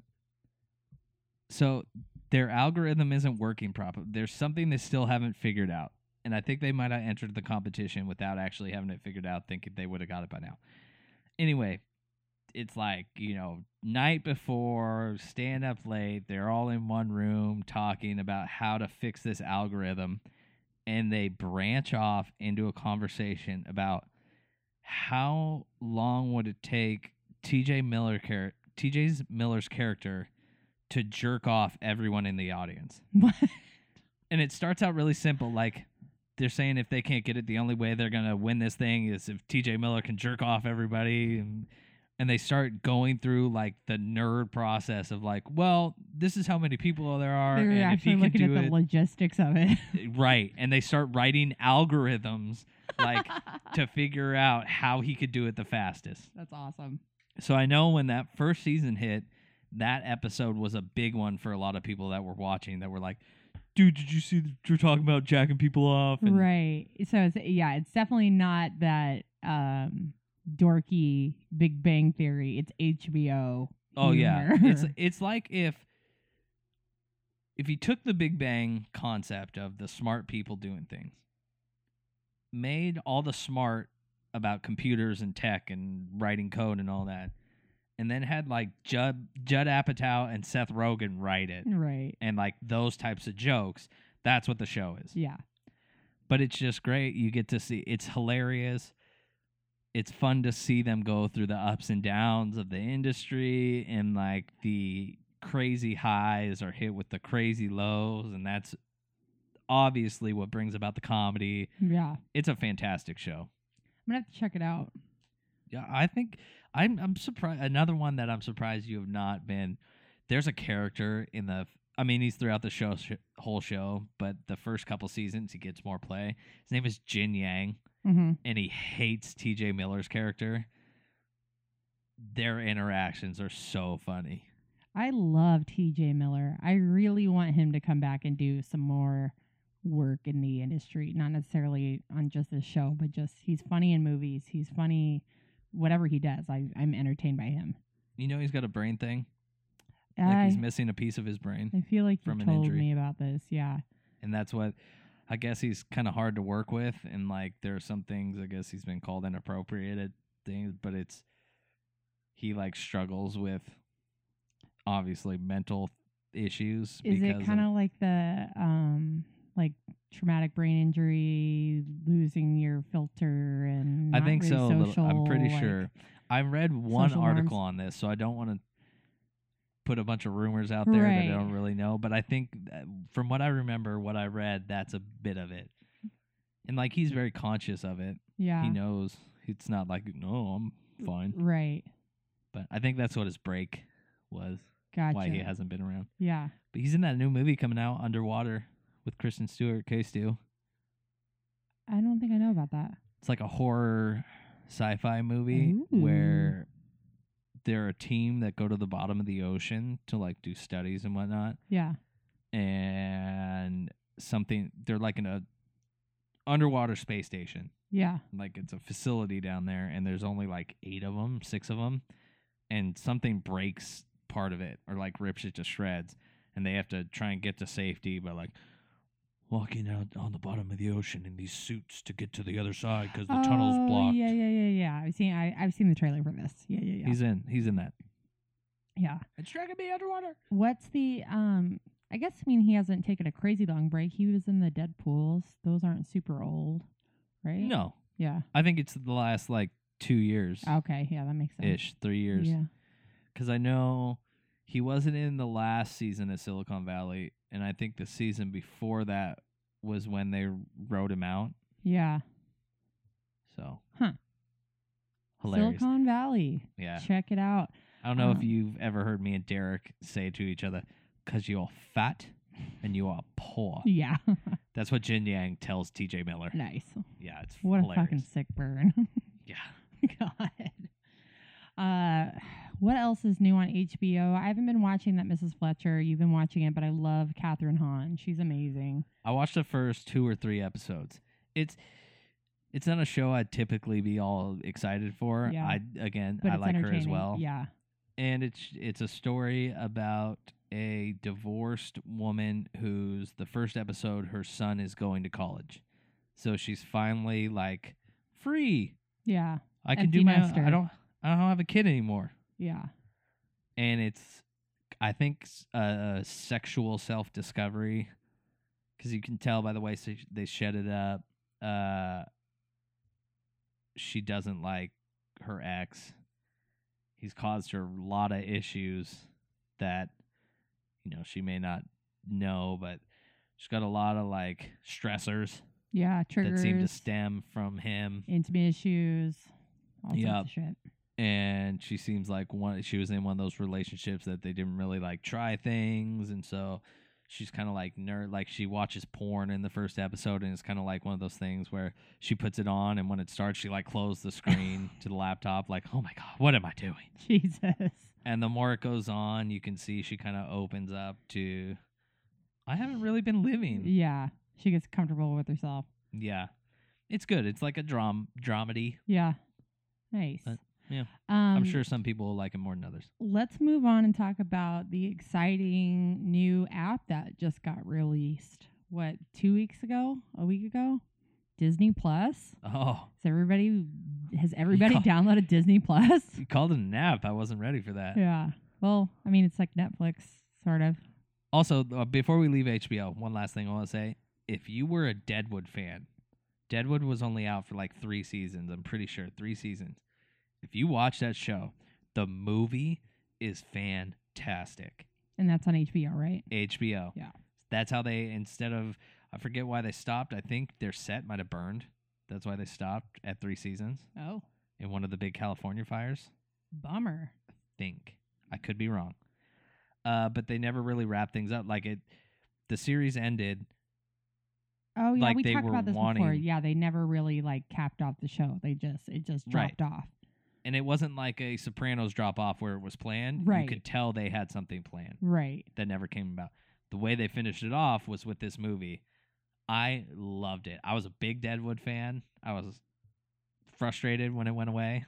Speaker 4: so their algorithm isn't working properly there's something they still haven't figured out and i think they might have entered the competition without actually having it figured out thinking they would have got it by now anyway, it's like, you know, night before, stand up late, they're all in one room talking about how to fix this algorithm. And they branch off into a conversation about how long would it take TJ Miller char- TJ's Miller's character to jerk off everyone in the audience
Speaker 5: What?
Speaker 4: and it starts out really simple. Like they're saying, if they can't get it, the only way they're gonna win this thing is if T.J. Miller can jerk off everybody, and, and they start going through like the nerd process of like, well, this is how many people there are,
Speaker 5: They're
Speaker 4: and if he
Speaker 5: actually
Speaker 4: can
Speaker 5: looking at
Speaker 4: do
Speaker 5: the
Speaker 4: it
Speaker 5: logistics of it.
Speaker 4: (laughs)
Speaker 5: (laughs)
Speaker 4: right, and they start writing algorithms
Speaker 5: (laughs)
Speaker 4: like to figure out how he could do it the fastest.
Speaker 5: That's awesome.
Speaker 4: So I know when that first season hit, that episode was a big one for a lot of people that were watching that were like, dude, did you see that you're talking about jacking people off? And
Speaker 5: Right. So it's yeah, it's definitely not that um dorky Big Bang Theory. It's HBO.
Speaker 4: Oh yeah.
Speaker 5: humor. (laughs)
Speaker 4: It's it's like if if you took the Big Bang concept of the smart people doing things, made all the smart about computers and tech and writing code and all that, and then had like Judd Judd Apatow and Seth Rogen write it
Speaker 5: right.
Speaker 4: and like those types of jokes, that's what the show is.
Speaker 5: Yeah.
Speaker 4: But it's just great. You get to see it's hilarious. It's fun to see them go through the ups and downs of the industry and like the crazy highs are hit with the crazy lows and that's obviously what brings about the comedy.
Speaker 5: Yeah. I'm
Speaker 4: It's a fantastic show.
Speaker 5: gonna have to check it out.
Speaker 4: Yeah, I think I'm I'm surprised another one that I'm surprised you have not been there's a character in the I mean he's throughout the show sh- whole show, but the first couple seasons he gets more play. His name is Jin Yang
Speaker 5: Mm-hmm.
Speaker 4: and he hates TJ Miller's character. Their interactions are so funny.
Speaker 5: I love TJ Miller. I really want him to come back and do some more work in the industry, not necessarily on just this show, but just he's funny in movies. He's funny whatever he does. I I'm entertained by him.
Speaker 4: You know he's got a brain thing.
Speaker 5: I,
Speaker 4: Like he's missing a piece of his brain.
Speaker 5: I feel like
Speaker 4: from
Speaker 5: you
Speaker 4: an
Speaker 5: told
Speaker 4: injury.
Speaker 5: me about this. Yeah.
Speaker 4: And that's what I guess he's kind of hard to work with and like there are some things I guess he's been called inappropriate at things, but it's he like struggles with obviously mental issues
Speaker 5: Is
Speaker 4: because
Speaker 5: it kind of like the um like traumatic brain injury, losing your filter, and
Speaker 4: I
Speaker 5: not
Speaker 4: think
Speaker 5: really
Speaker 4: so. a little,
Speaker 5: Social,
Speaker 4: I'm pretty
Speaker 5: like-
Speaker 4: sure. I read one
Speaker 5: social norms?
Speaker 4: article on this, so I don't want to put a bunch of rumors out there
Speaker 5: Right.
Speaker 4: that I don't really know. But I think, that- from what I remember, what I read, that's a bit of it. And like he's very conscious of it.
Speaker 5: Yeah.
Speaker 4: He knows it's not like no, I'm fine.
Speaker 5: Right.
Speaker 4: But I think that's what his break was.
Speaker 5: Gotcha.
Speaker 4: Why he hasn't been around.
Speaker 5: Yeah.
Speaker 4: But he's in that new movie coming out, Underwater, with Kristen Stewart, K. Stu.
Speaker 5: I don't think I know about that.
Speaker 4: it's like a horror sci-fi movie
Speaker 5: Ooh.
Speaker 4: where
Speaker 5: Mm.
Speaker 4: they're a team that go to the bottom of the ocean to like do studies and whatnot
Speaker 5: Yeah.
Speaker 4: and something they're like in a underwater space station
Speaker 5: Yeah.
Speaker 4: like it's a facility down there and there's only like eight of them six of them and something breaks part of it or like rips it to shreds and they have to try and get to safety by like walking out on the bottom of the ocean in these suits to get to the other side because the tunnel's
Speaker 5: Oh,
Speaker 4: blocked
Speaker 5: Yeah, yeah, yeah, yeah. I've seen I, I've seen the trailer for this. Yeah, yeah, yeah.
Speaker 4: he's in he's in that
Speaker 5: yeah.
Speaker 4: it's trying to be underwater
Speaker 5: What's the um I guess I mean he hasn't taken a crazy long break. He was in the Deadpools. Those aren't super old, right?
Speaker 4: no
Speaker 5: Yeah.
Speaker 4: i think it's the last like two years
Speaker 5: Okay, yeah, that makes sense.
Speaker 4: ish three years
Speaker 5: Yeah.
Speaker 4: because I know he wasn't in the last season of Silicon Valley, and I think the season before that was when they wrote him out.
Speaker 5: Yeah.
Speaker 4: So,
Speaker 5: Huh.
Speaker 4: Hilarious.
Speaker 5: Silicon Valley.
Speaker 4: Yeah,
Speaker 5: Check it out. (laughs)
Speaker 4: I don't know if
Speaker 5: um,
Speaker 4: you've ever heard me and Derek say to each other, "Cause you're fat and you are poor."
Speaker 5: Yeah. (laughs)
Speaker 4: That's what Jin Yang tells T.J. Miller.
Speaker 5: nice.
Speaker 4: Yeah, it's
Speaker 5: What (laughs)
Speaker 4: hilarious.
Speaker 5: a fucking sick burn.
Speaker 4: yeah.
Speaker 5: Oh God. Uh, what else is new on HBO? I haven't been watching that Mrs. Fletcher. You've been watching it, but I love Catherine Hahn. She's amazing.
Speaker 4: I watched the first two or three episodes. It's it's not a show I'd typically be all excited for.
Speaker 5: Yeah.
Speaker 4: I again,
Speaker 5: But
Speaker 4: I
Speaker 5: it's
Speaker 4: like her as
Speaker 5: entertaining.
Speaker 4: well.
Speaker 5: Yeah,
Speaker 4: and it's it's a story about a divorced woman who's the first episode her son is going to college so she's finally like free
Speaker 5: yeah,
Speaker 4: i can do
Speaker 5: Empty
Speaker 4: my
Speaker 5: nester.
Speaker 4: i don't i don't have a kid anymore
Speaker 5: yeah.
Speaker 4: and it's i think s- a, a sexual self-discovery because you can tell by the way she, they shed it up uh she doesn't like her ex he's caused her a lot of issues that you know she may not know but she's got a lot of like stressors
Speaker 5: Yeah, triggers,
Speaker 4: that seem to stem from him
Speaker 5: intimate issues, all
Speaker 4: Yep.
Speaker 5: sorts of shit. (laughs)
Speaker 4: and she seems like one she was in one of those relationships that they didn't really like try things and so she's kind of like nerd like she watches porn in the first episode and it's kind of like one of those things where she puts it on and when it starts she like closes the screen to the laptop like oh my god what am i doing
Speaker 5: Jesus.
Speaker 4: and the more it goes on you can see she kind of opens up to i haven't really been living
Speaker 5: Yeah, she gets comfortable with herself.
Speaker 4: yeah it's good it's like a dram dramedy
Speaker 5: Yeah, nice.
Speaker 4: Uh, yeah.
Speaker 5: um,
Speaker 4: i'm sure some people will like it more than others
Speaker 5: Let's move on and talk about the exciting new app that just got released. What two weeks ago? A week ago? Disney Plus.
Speaker 4: oh
Speaker 5: Has everybody has everybody
Speaker 4: call-
Speaker 5: downloaded Disney Plus? (laughs)
Speaker 4: you called it a nap i wasn't ready for that
Speaker 5: yeah. Well, I mean, it's like Netflix, sort of.
Speaker 4: Also, uh, before we leave HBO, one last thing I want to say. If you were a Deadwood fan, Deadwood was only out for like three seasons, I'm pretty sure, three seasons. If you watch that show, the movie is fantastic.
Speaker 5: And that's on HBO, right?
Speaker 4: HBO.
Speaker 5: Yeah.
Speaker 4: That's how they, instead of, I forget why they stopped. I think their set might have burned. That's why they stopped at three seasons
Speaker 5: Oh,
Speaker 4: in one of the big California fires
Speaker 5: bummer.
Speaker 4: think. I could be wrong. Uh, but they never really wrap things up. Like it, the series ended.
Speaker 5: Oh yeah,
Speaker 4: Like
Speaker 5: we
Speaker 4: they
Speaker 5: talked
Speaker 4: were
Speaker 5: about this before.
Speaker 4: wanting-
Speaker 5: Yeah, they never really like capped off the show. They just it just
Speaker 4: Right.
Speaker 5: dropped off.
Speaker 4: And it wasn't like a Sopranos drop off where it was planned. You
Speaker 5: Right.
Speaker 4: could tell they had something planned
Speaker 5: Right.
Speaker 4: that never came about. The way they finished it off was with this movie. I loved it. I was a big Deadwood fan. I was frustrated when it went away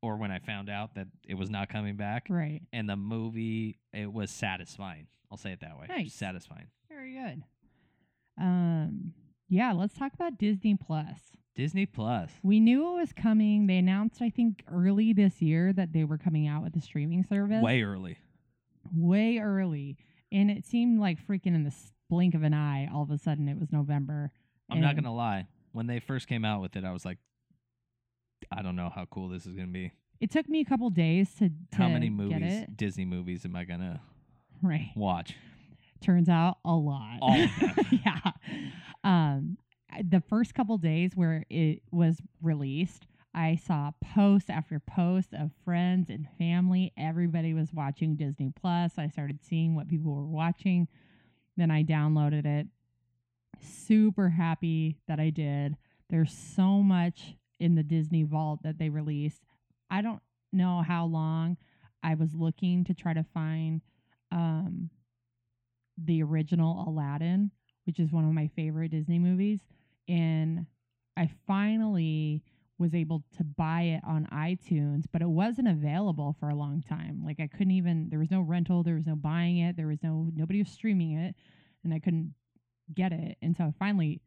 Speaker 4: or when I found out that it was not coming back.
Speaker 5: Right.
Speaker 4: And the movie, it was satisfying. I'll say it that way.
Speaker 5: Nice.
Speaker 4: Satisfying.
Speaker 5: Very good. Um. Yeah. Let's talk about Disney Plus.
Speaker 4: Disney Plus.
Speaker 5: We knew it was coming. They announced, I think, early this year that they were coming out with a streaming service.
Speaker 4: Way early.
Speaker 5: way early. And it seemed like freaking in the s- blink of an eye, all of a sudden it was November.
Speaker 4: I'm not
Speaker 5: And-
Speaker 4: gonna lie. When they first came out with it, I was like, I don't know how cool this is gonna be.
Speaker 5: It took me a couple days to, to
Speaker 4: how many
Speaker 5: get
Speaker 4: movies,
Speaker 5: it. (laughs)
Speaker 4: Disney movies, am I gonna
Speaker 5: Right.
Speaker 4: watch?
Speaker 5: Turns out a lot.
Speaker 4: All
Speaker 5: (laughs)
Speaker 4: of them.
Speaker 5: yeah. Um, I- the first couple days where it was released, I saw post after post of friends and family. Everybody was watching Disney Plus. I started seeing what people were watching. Then I downloaded it. Super happy that I did. There's so much in the Disney vault that they released. I don't know how long I was looking to try to find um, the original Aladdin, which is one of my favorite Disney movies. And I finally was able to buy it on iTunes, but it wasn't available for a long time. Like I couldn't even there was no rental, there was no buying it, there was no nobody was streaming it, and I couldn't get it. And so I finally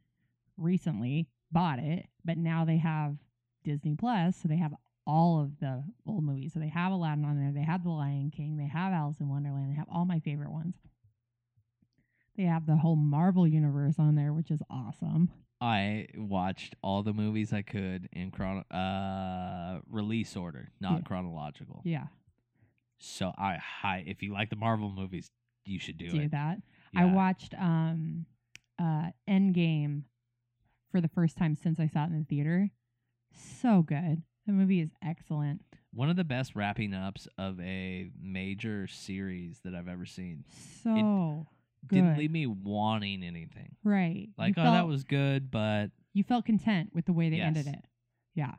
Speaker 5: recently bought it, but now they have Disney Plus, so they have all of the old movies. So they have Aladdin on there, they have The Lion King, they have Alice in Wonderland, they have all my favorite ones. They have the whole Marvel universe on there, which is awesome.
Speaker 4: I watched all the movies I could in chron uh release order, not
Speaker 5: Yeah.
Speaker 4: chronological.
Speaker 5: Yeah,
Speaker 4: So I hi if you like the Marvel movies, you should do,
Speaker 5: do,
Speaker 4: it.
Speaker 5: that. I
Speaker 4: Yeah.
Speaker 5: watched um uh Endgame for the first time since I saw it in the theater. So good. The movie is excellent.
Speaker 4: One of the best wrapping ups of a major series that I've ever seen.
Speaker 5: So
Speaker 4: Didn't
Speaker 5: Good.
Speaker 4: leave me wanting anything.
Speaker 5: right.
Speaker 4: Like,
Speaker 5: you
Speaker 4: oh, that
Speaker 5: felt-
Speaker 4: was good, but
Speaker 5: you felt content with the way they ended
Speaker 4: Yes.
Speaker 5: it. Yeah.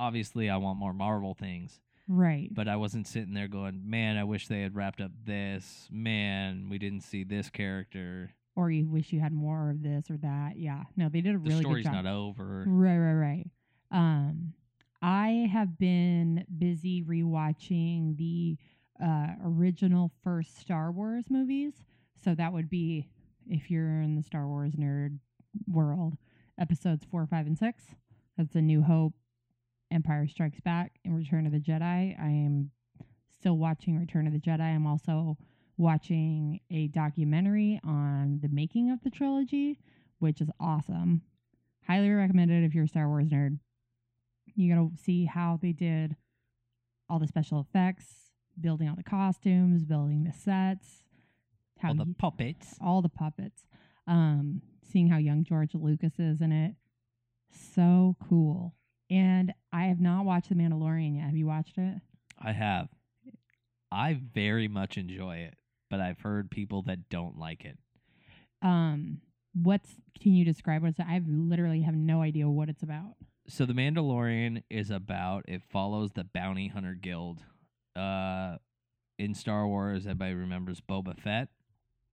Speaker 4: obviously I want more Marvel things,
Speaker 5: Right.
Speaker 4: but I wasn't sitting there going, "Man, I wish they had wrapped up this. Man, we didn't see this character.
Speaker 5: or you wish you had more of this or that. Yeah. No, they did a
Speaker 4: The
Speaker 5: really good
Speaker 4: story's
Speaker 5: job. Mm,
Speaker 4: not over."
Speaker 5: Right, right, right. Um, I have been busy rewatching the uh, original first Star Wars movies. So that would be, if you're in the Star Wars nerd world, episodes four, five, and six. That's A New Hope, Empire Strikes Back, and Return of the Jedi. I am still watching Return of the Jedi. I'm also watching a documentary on the making of the trilogy, which is awesome highly recommend it if you're a Star Wars nerd. You gotta see how they did all the special effects, building all the costumes, building the sets, how
Speaker 4: All the
Speaker 5: you-
Speaker 4: puppets.
Speaker 5: all the puppets, um, seeing how young George Lucas is in it. So cool. And I have not watched The Mandalorian yet. Have you watched it?
Speaker 4: I have. I very much enjoy it, but I've heard people that don't like it.
Speaker 5: Um, what's can you describe what's I literally have no idea what it's about.
Speaker 4: so the Mandalorian is about it follows the bounty hunter guild. Uh, in Star Wars, everybody remembers Boba Fett.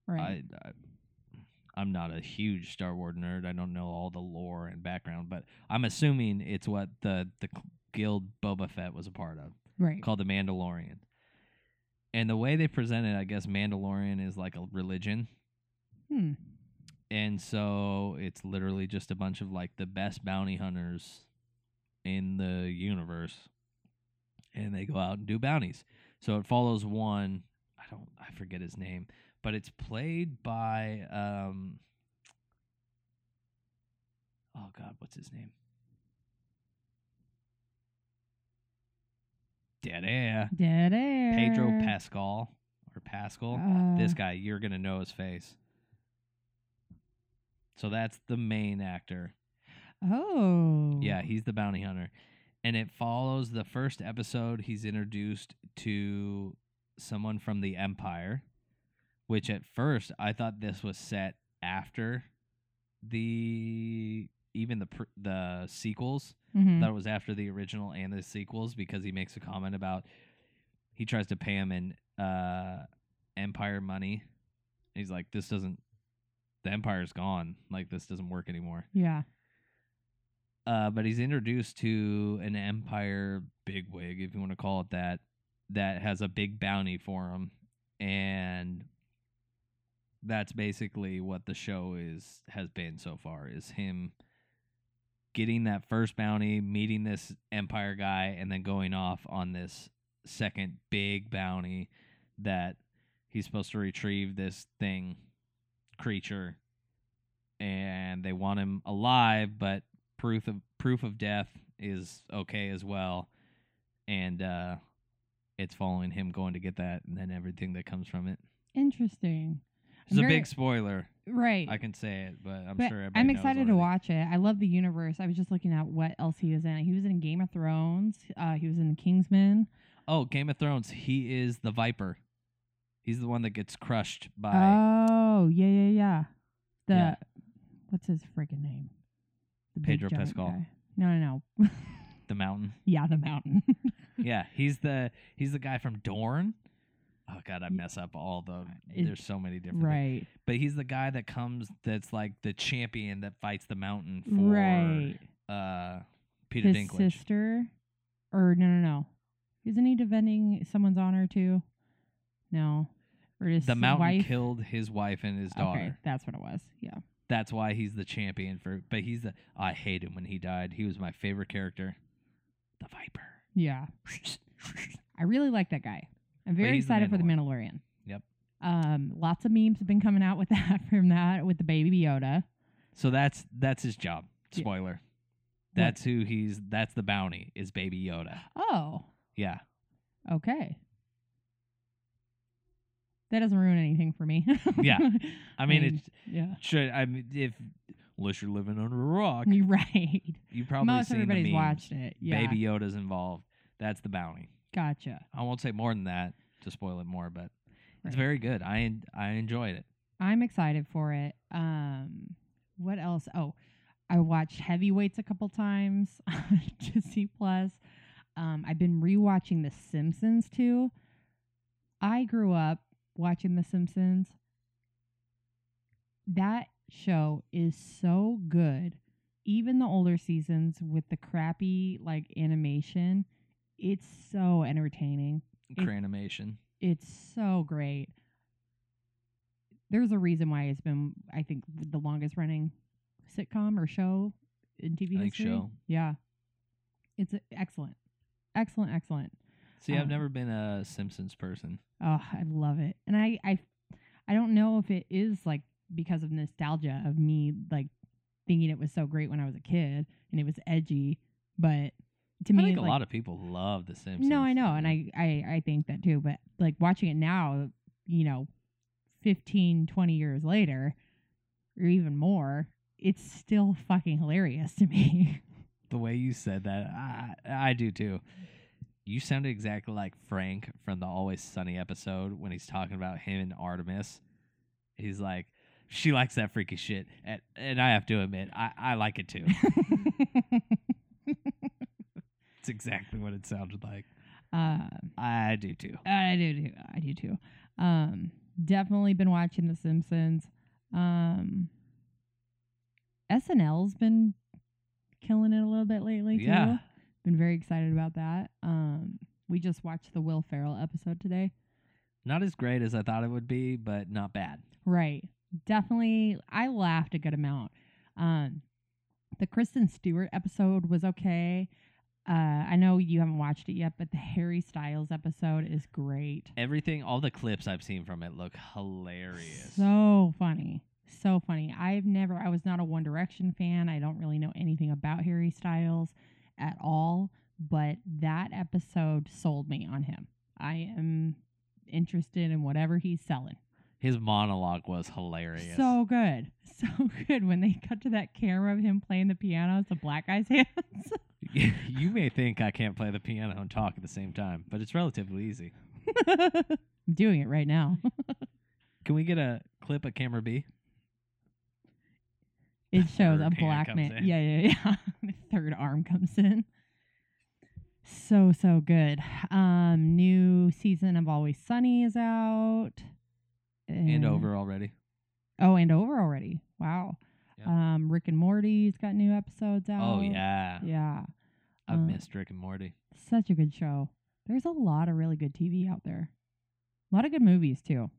Speaker 5: Right.
Speaker 4: I, I, I'm not a huge Star Wars nerd. I don't know all the lore and background, but I'm assuming it's what the the guild Boba Fett was a part of
Speaker 5: right.
Speaker 4: called the Mandalorian. And the way they present it, I guess Mandalorian is like a religion.
Speaker 5: Hmm.
Speaker 4: And so it's literally just a bunch of like the best bounty hunters in the universe. And they go out and do bounties. So it follows one, I don't I forget his name, but it's played by um Oh god, what's his name? Dead air.
Speaker 5: Dead air.
Speaker 4: Pedro Pascal or Pascal. this
Speaker 5: Uh,
Speaker 4: guy, you're gonna know his face. So that's the main actor.
Speaker 5: Oh.
Speaker 4: Yeah, he's the bounty hunter. And it follows the first episode he's introduced to someone from the Empire, which at first I thought this was set after the even the pr- the sequels
Speaker 5: Mhm.
Speaker 4: that it was after the original and the sequels because he makes a comment about he tries to pay him in uh, Empire money. He's like, this doesn't. The Empire's gone. Like this doesn't work anymore.
Speaker 5: Yeah.
Speaker 4: Uh, but he's introduced to an Empire bigwig, if you want to call it that, that has a big bounty for him, and that's basically what the show is has been so far is him getting that first bounty, meeting this Empire guy, and then going off on this second big bounty that he's supposed to retrieve this thing creature and they want him alive but proof of proof of death is okay as well and uh it's following him going to get that and then everything that comes from it
Speaker 5: Interesting.
Speaker 4: it's
Speaker 5: Very-
Speaker 4: a big spoiler
Speaker 5: Right.
Speaker 4: i can say it but i'm
Speaker 5: But
Speaker 4: sure everybody
Speaker 5: I'm
Speaker 4: knows
Speaker 5: excited
Speaker 4: already.
Speaker 5: to watch it. I love the universe. I was just looking at what else he was in. He was in Game of Thrones. Uh, he was in The Kingsman.
Speaker 4: oh game of thrones he is the viper he's the one that gets crushed by
Speaker 5: Oh, yeah, yeah, yeah. The
Speaker 4: Yeah.
Speaker 5: what's his freaking name? The big
Speaker 4: Pedro
Speaker 5: giant
Speaker 4: Pascal.
Speaker 5: guy. No, no, no. (laughs)
Speaker 4: the mountain
Speaker 5: yeah, the mountain.
Speaker 4: (laughs) yeah he's the he's the guy from dorn oh god i mess up all the
Speaker 5: It-
Speaker 4: there's so many different things.
Speaker 5: right.
Speaker 4: but he's the guy that comes that's like the champion that fights the mountain for
Speaker 5: Right.
Speaker 4: uh Peter
Speaker 5: his
Speaker 4: Dinklage.
Speaker 5: sister, or no, no, no, isn't he defending someone's honor too? No, or his
Speaker 4: The mountain
Speaker 5: wife?
Speaker 4: killed his wife and his daughter.
Speaker 5: Okay, that's what it was. Yeah.
Speaker 4: That's why he's the champion for but he's the I hate him when he died. He was my favorite character. The Viper.
Speaker 5: Yeah. (laughs) I really like that guy. I'm
Speaker 4: But
Speaker 5: very
Speaker 4: he's the
Speaker 5: excited for the
Speaker 4: Mandalorian.
Speaker 5: Mandalorian.
Speaker 4: Yep.
Speaker 5: Um, lots of memes have been coming out with (laughs) that from that with the baby Yoda.
Speaker 4: So that's that's his job.
Speaker 5: Yeah.
Speaker 4: Spoiler. That's who he's that's the bounty is baby Yoda.
Speaker 5: Oh,
Speaker 4: Yeah.
Speaker 5: okay. That doesn't ruin anything for me.
Speaker 4: Yeah. I mean it's
Speaker 5: (laughs) yeah.
Speaker 4: should I mean if unless you're living under a rock,
Speaker 5: You're right.
Speaker 4: you probably
Speaker 5: Mm, Most
Speaker 4: seen the
Speaker 5: everybody's
Speaker 4: memes.
Speaker 5: watched it. Yeah.
Speaker 4: Baby Yoda's involved. That's the bounty.
Speaker 5: Gotcha.
Speaker 4: I won't say more than that to spoil it more, but
Speaker 5: Right.
Speaker 4: it's very good. I en- I enjoyed it.
Speaker 5: I'm excited for it. Um, what else? Oh, I watched Heavyweights a couple times (laughs) on Disney Plus. Um, I've been rewatching The Simpsons too. I grew up watching The Simpsons. That show is so good. Even the older seasons with the crappy like animation, it's so entertaining. It-
Speaker 4: Cranimation.
Speaker 5: It's so great. There's a reason why it's been, I think, the longest running sitcom or show in TV
Speaker 4: I think
Speaker 5: history.
Speaker 4: show.
Speaker 5: Yeah, it's excellent, excellent, excellent.
Speaker 4: See, I've
Speaker 5: Um,
Speaker 4: never been a Simpsons person.
Speaker 5: Oh, I love it, and I, I, I don't know if it is like because of nostalgia of me like thinking it was so great when I was a kid and it was edgy, but to me,
Speaker 4: I think a
Speaker 5: like,
Speaker 4: lot of people love The Simpsons.
Speaker 5: No, I know, and I, I I think that too. But like watching it now, you know, 15, 20 years later, or even more, it's still fucking hilarious
Speaker 4: (laughs)
Speaker 5: to me. (laughs)
Speaker 4: the way you said that, I, I do too. You sounded exactly like Frank from the Always Sunny episode when he's talking about him and Artemis. He's like, she likes that freaky shit, and, and I have to admit, I, I like it
Speaker 5: (laughs)
Speaker 4: too. it's exactly what it sounded like.
Speaker 5: um,
Speaker 4: I do too.
Speaker 5: I do too. I do too. Um, definitely been watching The Simpsons. Um, SNL's been killing it a little bit lately. too.
Speaker 4: Yeah.
Speaker 5: been very excited about that. Um, we just watched the Will Ferrell episode today.
Speaker 4: Not as great as I thought it would be, but not bad.
Speaker 5: Right. Definitely I laughed a good amount. Um the Kristen Stewart episode was okay. Uh I know you haven't watched it yet, but the Harry Styles episode is great.
Speaker 4: Everything, all the clips I've seen from it look hilarious.
Speaker 5: So funny. So funny. I've never I was not a One Direction fan. I don't really know anything about Harry Styles at all, but that episode sold me on him. I am interested in whatever he's selling.
Speaker 4: His monologue was hilarious.
Speaker 5: So good. (laughs) So good. When they cut to that camera of him playing the piano, it's a black guy's (laughs) hands.
Speaker 4: (laughs) you may think I can't play the piano and talk at the same time, but it's relatively easy.
Speaker 5: I'm doing it
Speaker 4: (laughs)
Speaker 5: right now.
Speaker 4: Can we get a clip of camera B?
Speaker 5: It
Speaker 4: third
Speaker 5: shows a
Speaker 4: hand
Speaker 5: black
Speaker 4: comes
Speaker 5: man.
Speaker 4: in.
Speaker 5: Yeah, yeah, yeah. (laughs) the third arm comes in. So, so good. Um, new season of Always Sunny is out.
Speaker 4: And over already.
Speaker 5: Oh, and over already. Wow.
Speaker 4: Yeah.
Speaker 5: Um, Rick and Morty's got new episodes out.
Speaker 4: Oh yeah,
Speaker 5: Yeah.
Speaker 4: I
Speaker 5: um,
Speaker 4: missed Rick and Morty.
Speaker 5: Such a good show. There's a lot of really good TV out there. A lot of good movies too.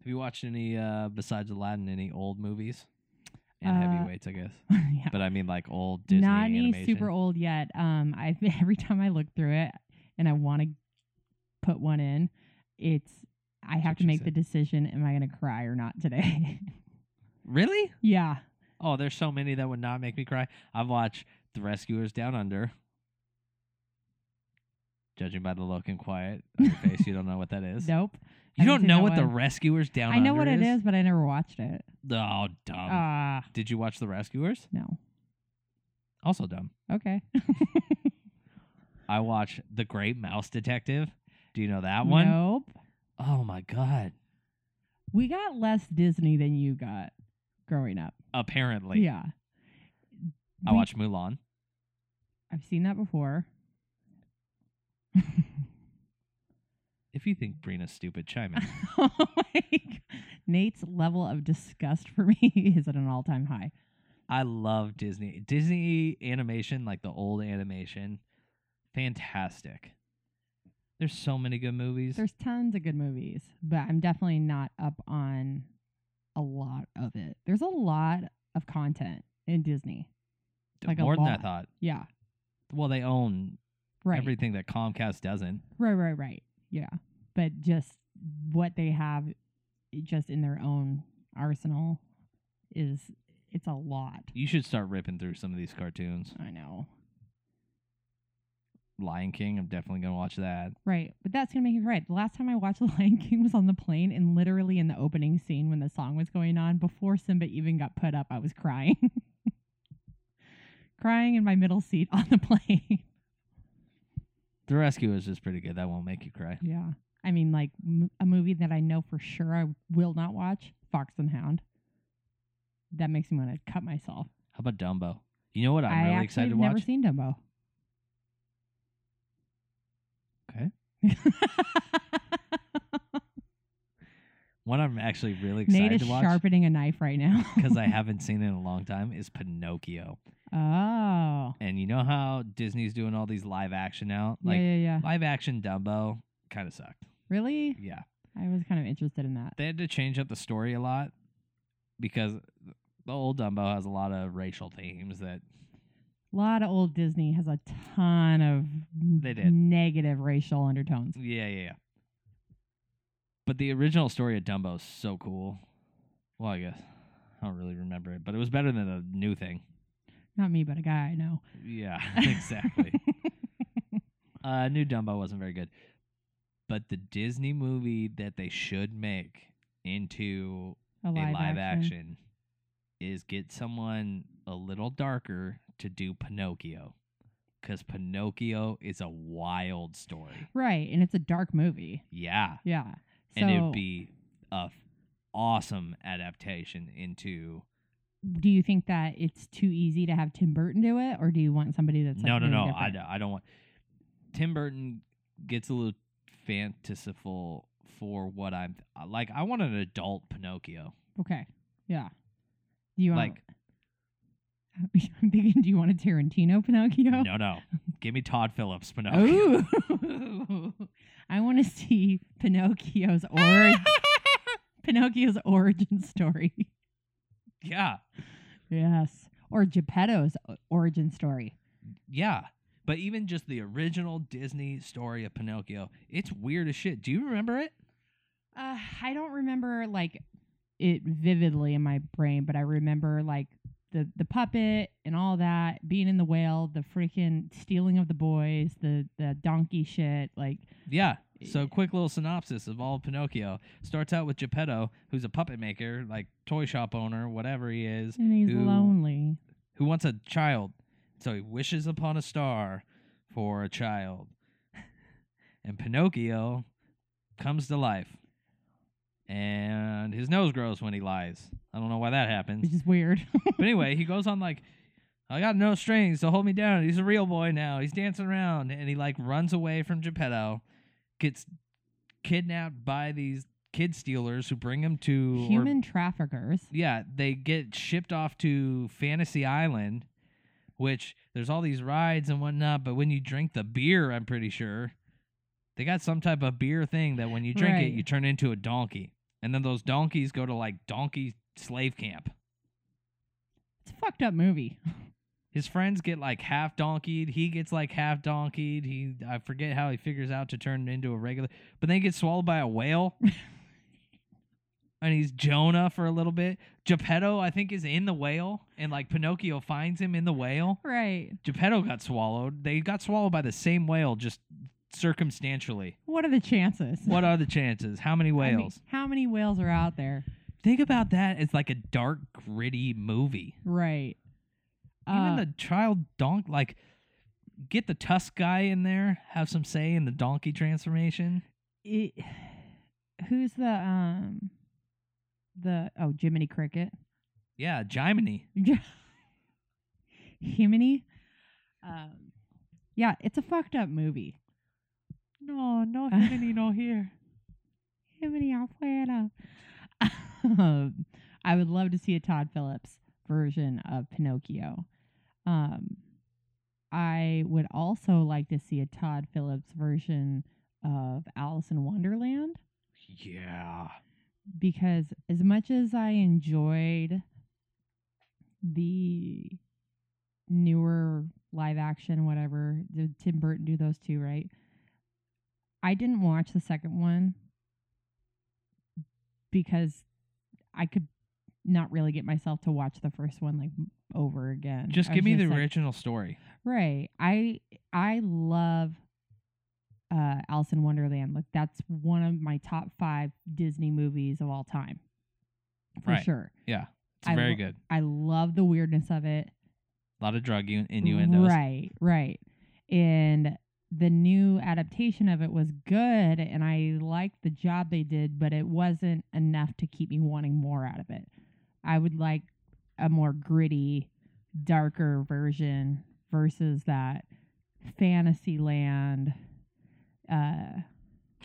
Speaker 4: Have you watched any uh, besides Aladdin? Any old movies and
Speaker 5: Uh,
Speaker 4: heavyweights? I guess,
Speaker 5: (laughs) yeah.
Speaker 4: but I mean like old Disney
Speaker 5: Not any
Speaker 4: animation.
Speaker 5: super old yet. Um I (laughs) every time I look through it and I want to put one in, it's I have
Speaker 4: what
Speaker 5: to
Speaker 4: she
Speaker 5: make the
Speaker 4: said.
Speaker 5: decision am I going to cry or not today. (laughs)
Speaker 4: Really?
Speaker 5: yeah.
Speaker 4: Oh, there's so many that would not make me cry. I've watched The Rescuers Down
Speaker 5: (laughs)
Speaker 4: Under. Judging by the look and quiet on your face, you don't know what that is.
Speaker 5: Nope.
Speaker 4: you
Speaker 5: I
Speaker 4: don't
Speaker 5: didn't
Speaker 4: know
Speaker 5: know
Speaker 4: what The
Speaker 5: what-
Speaker 4: Rescuers Down
Speaker 5: I know
Speaker 4: Under
Speaker 5: what it
Speaker 4: is.
Speaker 5: is, but I never watched it.
Speaker 4: Oh, dumb.
Speaker 5: Ah,
Speaker 4: Did you watch The Rescuers?
Speaker 5: no.
Speaker 4: Also dumb.
Speaker 5: Okay.
Speaker 4: I watched The Great Mouse Detective. Do you know
Speaker 5: (laughs)
Speaker 4: that one?
Speaker 5: Nope.
Speaker 4: Oh my god.
Speaker 5: We got less Disney than you got growing up.
Speaker 4: Apparently.
Speaker 5: yeah.
Speaker 4: I
Speaker 5: We-
Speaker 4: watched Mulan.
Speaker 5: I've seen that before.
Speaker 4: If you think Brina's stupid, chime
Speaker 5: (laughs)
Speaker 4: in.
Speaker 5: oh my God. Nate's level of disgust for me (laughs) is at an all time high.
Speaker 4: I love Disney. Disney animation, like the old animation, fantastic. There's so many good movies.
Speaker 5: There's tons of good movies, but I'm definitely not up on a lot of it. There's a lot of content in Disney.
Speaker 4: D-
Speaker 5: like a
Speaker 4: more than I
Speaker 5: lot.
Speaker 4: thought.
Speaker 5: Yeah.
Speaker 4: Well, they own
Speaker 5: Right.
Speaker 4: everything that Comcast doesn't.
Speaker 5: right, right, right. Yeah. But just what they have i- just in their own arsenal is it's a lot.
Speaker 4: You should start ripping through some of these cartoons.
Speaker 5: I know.
Speaker 4: Lion King, I'm definitely gonna watch that.
Speaker 5: Right. But that's going to make you cry. The last time I watched (laughs) The Lion King was on the plane, and literally in the opening scene when the song was going on, before Simba even got put up, I was crying. (laughs) crying in my middle seat on the (laughs) plane.
Speaker 4: The Rescuers is pretty good. That won't make you cry.
Speaker 5: yeah. I mean, like m- a movie that I know for sure I will not watch Fox and the Hound. That makes me want to cut myself.
Speaker 4: How about Dumbo? You know what I'm
Speaker 5: I
Speaker 4: really
Speaker 5: actually
Speaker 4: excited to
Speaker 5: have
Speaker 4: watch?
Speaker 5: never seen Dumbo. (laughs)
Speaker 4: Okay. One I'm actually really
Speaker 5: Nate
Speaker 4: excited
Speaker 5: is
Speaker 4: to watch
Speaker 5: sharpening a knife right now.
Speaker 4: because I
Speaker 5: (laughs)
Speaker 4: haven't seen it in a long time is Pinocchio.
Speaker 5: oh.
Speaker 4: And you know how Disney's doing all these live action now?
Speaker 5: yeah,
Speaker 4: Like
Speaker 5: yeah, yeah.
Speaker 4: live action Dumbo kind of sucked.
Speaker 5: Really?
Speaker 4: Yeah.
Speaker 5: I was kind of interested in that.
Speaker 4: They had to change up the story a lot because the old Dumbo has a lot of racial themes that
Speaker 5: A lot of old Disney has a ton of
Speaker 4: They did.
Speaker 5: negative racial undertones.
Speaker 4: Yeah, yeah, yeah. But the original story of Dumbo is so cool. Well, I guess I don't really remember it, but it was better than the new thing.
Speaker 5: Not me, but a guy I know.
Speaker 4: Yeah, (laughs) exactly. uh, new Dumbo wasn't very good, but the Disney movie that they should make into a
Speaker 5: a
Speaker 4: live action is get someone a little darker to do Pinocchio, because Pinocchio is a wild story.
Speaker 5: Right, and it's a dark movie.
Speaker 4: Yeah.
Speaker 5: Yeah. So,
Speaker 4: and it'd be a f- awesome adaptation into
Speaker 5: do you think that it's too easy to have Tim Burton do it, or do you want somebody that's like,
Speaker 4: no no
Speaker 5: really
Speaker 4: no I,
Speaker 5: Different?
Speaker 4: don't- I don't want tim burton gets a little fantastical for what i'm uh, like i want an adult pinocchio
Speaker 5: Okay. Yeah. Do you want
Speaker 4: like
Speaker 5: (laughs) I'm thinking, do you want a Tarantino Pinocchio?
Speaker 4: no no give me todd phillips pinocchio
Speaker 5: Ooh. (laughs) I want to see Pinocchio's (laughs) origin. Pinocchio's origin story.
Speaker 4: yeah
Speaker 5: Yes. Or Geppetto's o- origin story.
Speaker 4: yeah but even just the original disney story of pinocchio it's weird as shit do you remember it
Speaker 5: Uh, I don't remember like it vividly in my brain, but I remember like the the puppet and all that being in the whale, the freaking stealing of the boys, the the donkey shit. Like
Speaker 4: Yeah. So,
Speaker 5: Yeah.
Speaker 4: quick little synopsis of all of Pinocchio starts out with Geppetto, who's a puppet maker, like toy shop owner, whatever he is,
Speaker 5: and he's
Speaker 4: Who-
Speaker 5: lonely.
Speaker 4: who wants a child. So he wishes upon a star for a child, (laughs) and Pinocchio comes to life, and his nose grows when he lies. I don't know why that happens,
Speaker 5: Which is weird.
Speaker 4: but anyway, he goes on like, I got no strings to hold me down. He's a real boy now. He's dancing around and he like runs away from Geppetto, gets kidnapped by these kid stealers who bring him to or-
Speaker 5: Human traffickers.
Speaker 4: yeah, they get shipped off to Fantasy Island, which there's all these rides and whatnot. But when you drink the beer, I'm pretty sure they got some type of beer thing that when you drink
Speaker 5: Right.
Speaker 4: it, you turn into a donkey, and then those donkeys go to like donkey slave camp.
Speaker 5: It's a fucked up movie.
Speaker 4: his friends get like half donkeyed. He gets like half donkeyed. He I forget how he figures out to turn into a regular, but then he gets swallowed by a (laughs) whale. and he's Jonah for a little bit. Geppetto, I think, is in the whale, and like Pinocchio finds him in the whale.
Speaker 5: Right.
Speaker 4: Geppetto got swallowed. They got swallowed by the same whale, just circumstantially.
Speaker 5: What are the chances?
Speaker 4: What are the chances? How many
Speaker 5: I mean,
Speaker 4: whales?
Speaker 5: how many whales are out there?
Speaker 4: Think about that as like a dark, gritty movie.
Speaker 5: Right.
Speaker 4: Even
Speaker 5: Uh,
Speaker 4: the child donk, like, get the tusk guy in there, have some say in the donkey transformation.
Speaker 5: it, who's the um the oh Jiminy Cricket? (laughs)
Speaker 4: Yeah, Jiminy.
Speaker 5: Jiminy. Um, yeah, it's a fucked up movie.
Speaker 4: No, (laughs) no,
Speaker 5: Jiminy
Speaker 4: no here.
Speaker 5: Jiminy Alfuera. um, I would love to see a Todd Phillips version of Pinocchio. Um, I would also like to see a Todd Phillips version of Alice in Wonderland.
Speaker 4: Yeah.
Speaker 5: because as much as I enjoyed the newer live action, whatever, did Tim Burton do those two, right? I didn't watch the second one because I could not really get myself to watch the first one like over again.
Speaker 4: Just
Speaker 5: I
Speaker 4: give
Speaker 5: was
Speaker 4: me the
Speaker 5: like,
Speaker 4: original story.
Speaker 5: Right. I I love uh Alice in Wonderland. Like that's one of my top five Disney movies of all time. For
Speaker 4: Right.
Speaker 5: sure.
Speaker 4: Yeah. It's
Speaker 5: I
Speaker 4: very
Speaker 5: lo-
Speaker 4: good.
Speaker 5: I love the weirdness of it.
Speaker 4: A lot of drug un- innuendos.
Speaker 5: Right, right. And the new adaptation of it was good and I liked the job they did, but it wasn't enough to keep me wanting more out of it. I would like a more gritty darker version versus that fantasy land uh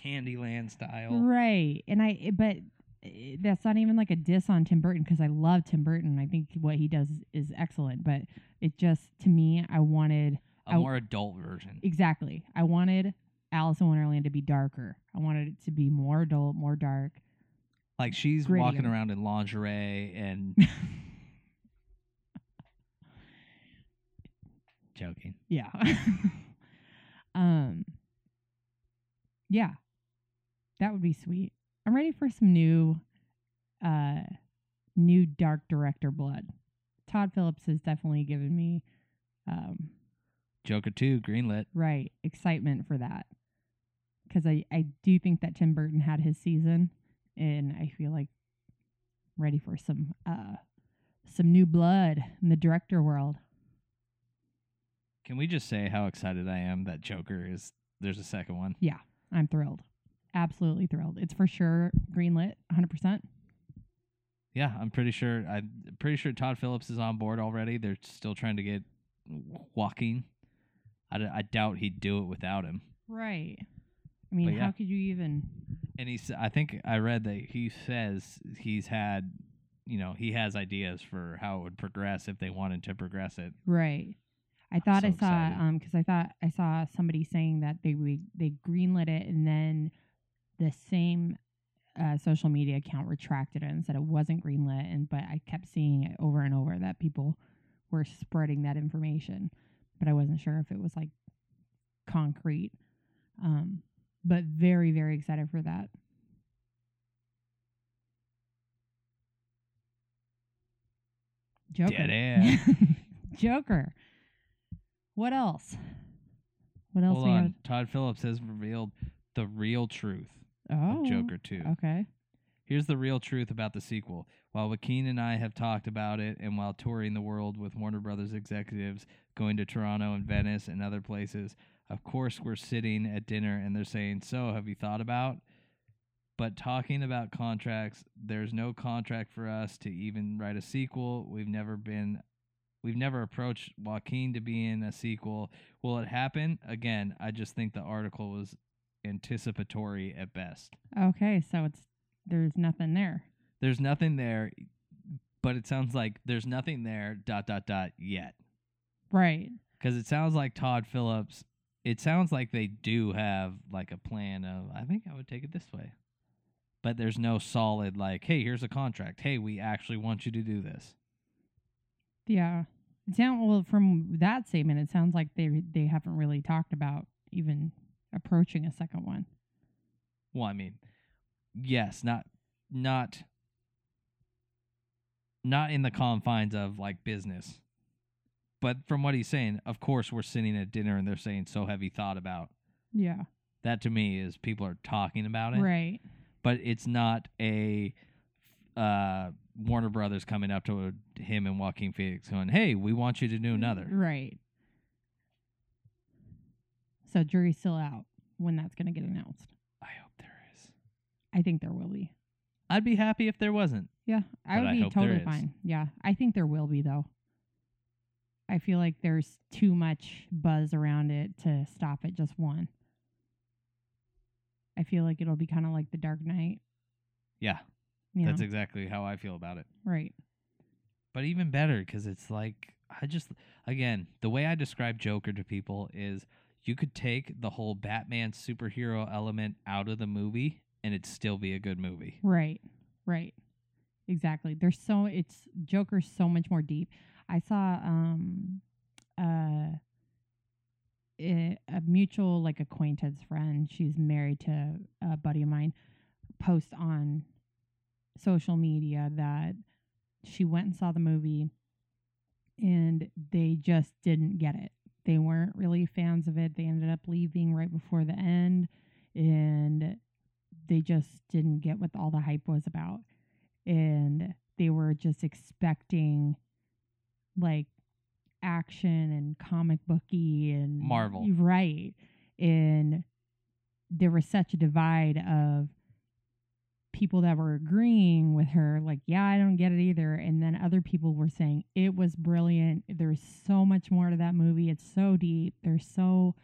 Speaker 4: Candyland style.
Speaker 5: right and i it- but eh, that's not even like a diss on tim burton because i love tim burton i think what he does is excellent but it just to me i wanted
Speaker 4: A
Speaker 5: I-
Speaker 4: more adult version.
Speaker 5: Exactly. I wanted Alice in Wonderland to be darker. I wanted it to be more adult, more dark.
Speaker 4: Like she's
Speaker 5: grittier.
Speaker 4: walking around in lingerie
Speaker 5: (laughs)
Speaker 4: and joking.
Speaker 5: Yeah. (laughs) um Yeah. That would be sweet. I'm ready for some new uh new dark director blood. Todd Phillips has definitely given me um
Speaker 4: Joker 2 greenlit.
Speaker 5: right excitement for that because I, I do think that tim burton had his season and i feel like ready for some uh some new blood in the director world
Speaker 4: Can we just say how excited I am that Joker is there's a second one.
Speaker 5: i'm thrilled absolutely thrilled it's for sure greenlit 100%
Speaker 4: Yeah, I'm pretty sure I'm pretty sure Todd Phillips is on board already. They're still trying to get Joaquin. I, d- I doubt he'd do it without him.
Speaker 5: right i mean
Speaker 4: But yeah.
Speaker 5: how could you even
Speaker 4: And he's I think I read that he says he's had you know, he has ideas for how it would progress if they wanted to progress it.
Speaker 5: right i thought
Speaker 4: so
Speaker 5: i saw
Speaker 4: excited.
Speaker 5: um because i thought i saw somebody saying that they re- they greenlit it and then the same uh, social media account retracted it and said it wasn't greenlit and but I kept seeing it over and over that people were spreading that information but I wasn't sure if it was like concrete um but very very excited for that Joker
Speaker 4: Dead air.
Speaker 5: (laughs) Joker what else what else
Speaker 4: Hold
Speaker 5: we
Speaker 4: on. Todd Phillips has revealed the real truth
Speaker 5: have oh
Speaker 4: of Joker 2.
Speaker 5: okay
Speaker 4: Here's the real truth about the sequel. While Joaquin and I have talked about it, and while touring the world with Warner Brothers executives, going to Toronto and Venice and other places, of course we're sitting at dinner and they're saying, So, have you thought about? But talking about contracts, there's no contract for us to even write a sequel. We've never been. We've never approached Joaquin to be in a sequel. Will it happen? Again, I just think the article was anticipatory at best.
Speaker 5: Okay, so it's there's nothing there.
Speaker 4: there's nothing there but it sounds like there's nothing there dot dot dot yet
Speaker 5: Right.
Speaker 4: because it sounds like todd phillips it sounds like they do have like a plan of i think i would take it this way but there's no solid like hey here's a contract hey we actually want you to do this
Speaker 5: Yeah. It sound well from that statement it sounds like they they haven't really talked about even approaching a second one.
Speaker 4: well i mean yes not not not in the confines of like business but from what he's saying of course we're sitting at dinner and they're saying so have you thought about
Speaker 5: Yeah.
Speaker 4: that to me is people are talking about it
Speaker 5: Right.
Speaker 4: but it's not a uh warner brothers coming up to him and joaquin phoenix going hey we want you to do another
Speaker 5: Right. So jury's still out when that's going to get announced.
Speaker 4: i hope there is
Speaker 5: I think there will be.
Speaker 4: i'd be happy if there wasn't
Speaker 5: Yeah, I
Speaker 4: But
Speaker 5: would
Speaker 4: I
Speaker 5: be
Speaker 4: hope there
Speaker 5: totally
Speaker 4: is.
Speaker 5: fine. Yeah, I think there will be though. I feel like there's too much buzz around it to stop at just one. I feel like it'll be kind of like the Dark Knight.
Speaker 4: yeah
Speaker 5: You
Speaker 4: that's
Speaker 5: know?
Speaker 4: exactly how i feel about it
Speaker 5: right.
Speaker 4: but even better because it's like i just again the way i describe joker to people is you could take the whole batman superhero element out of the movie and it'd still be a good movie
Speaker 5: Right. Right. Exactly. There's so it's Joker's so much more deep. I saw um uh a, a mutual like acquaintance friend, she's married to a buddy of mine, post on social media that she went and saw the movie and they just didn't get it. They weren't really fans of it. They ended up leaving right before the end and they just didn't get what all the hype was about and they were just expecting like action and comic booky and
Speaker 4: Marvel.
Speaker 5: right and there was such a divide of people that were agreeing with her, like, yeah, I don't get it either. And then other people were saying, it was brilliant. There's so much more to that movie. It's so deep. There's so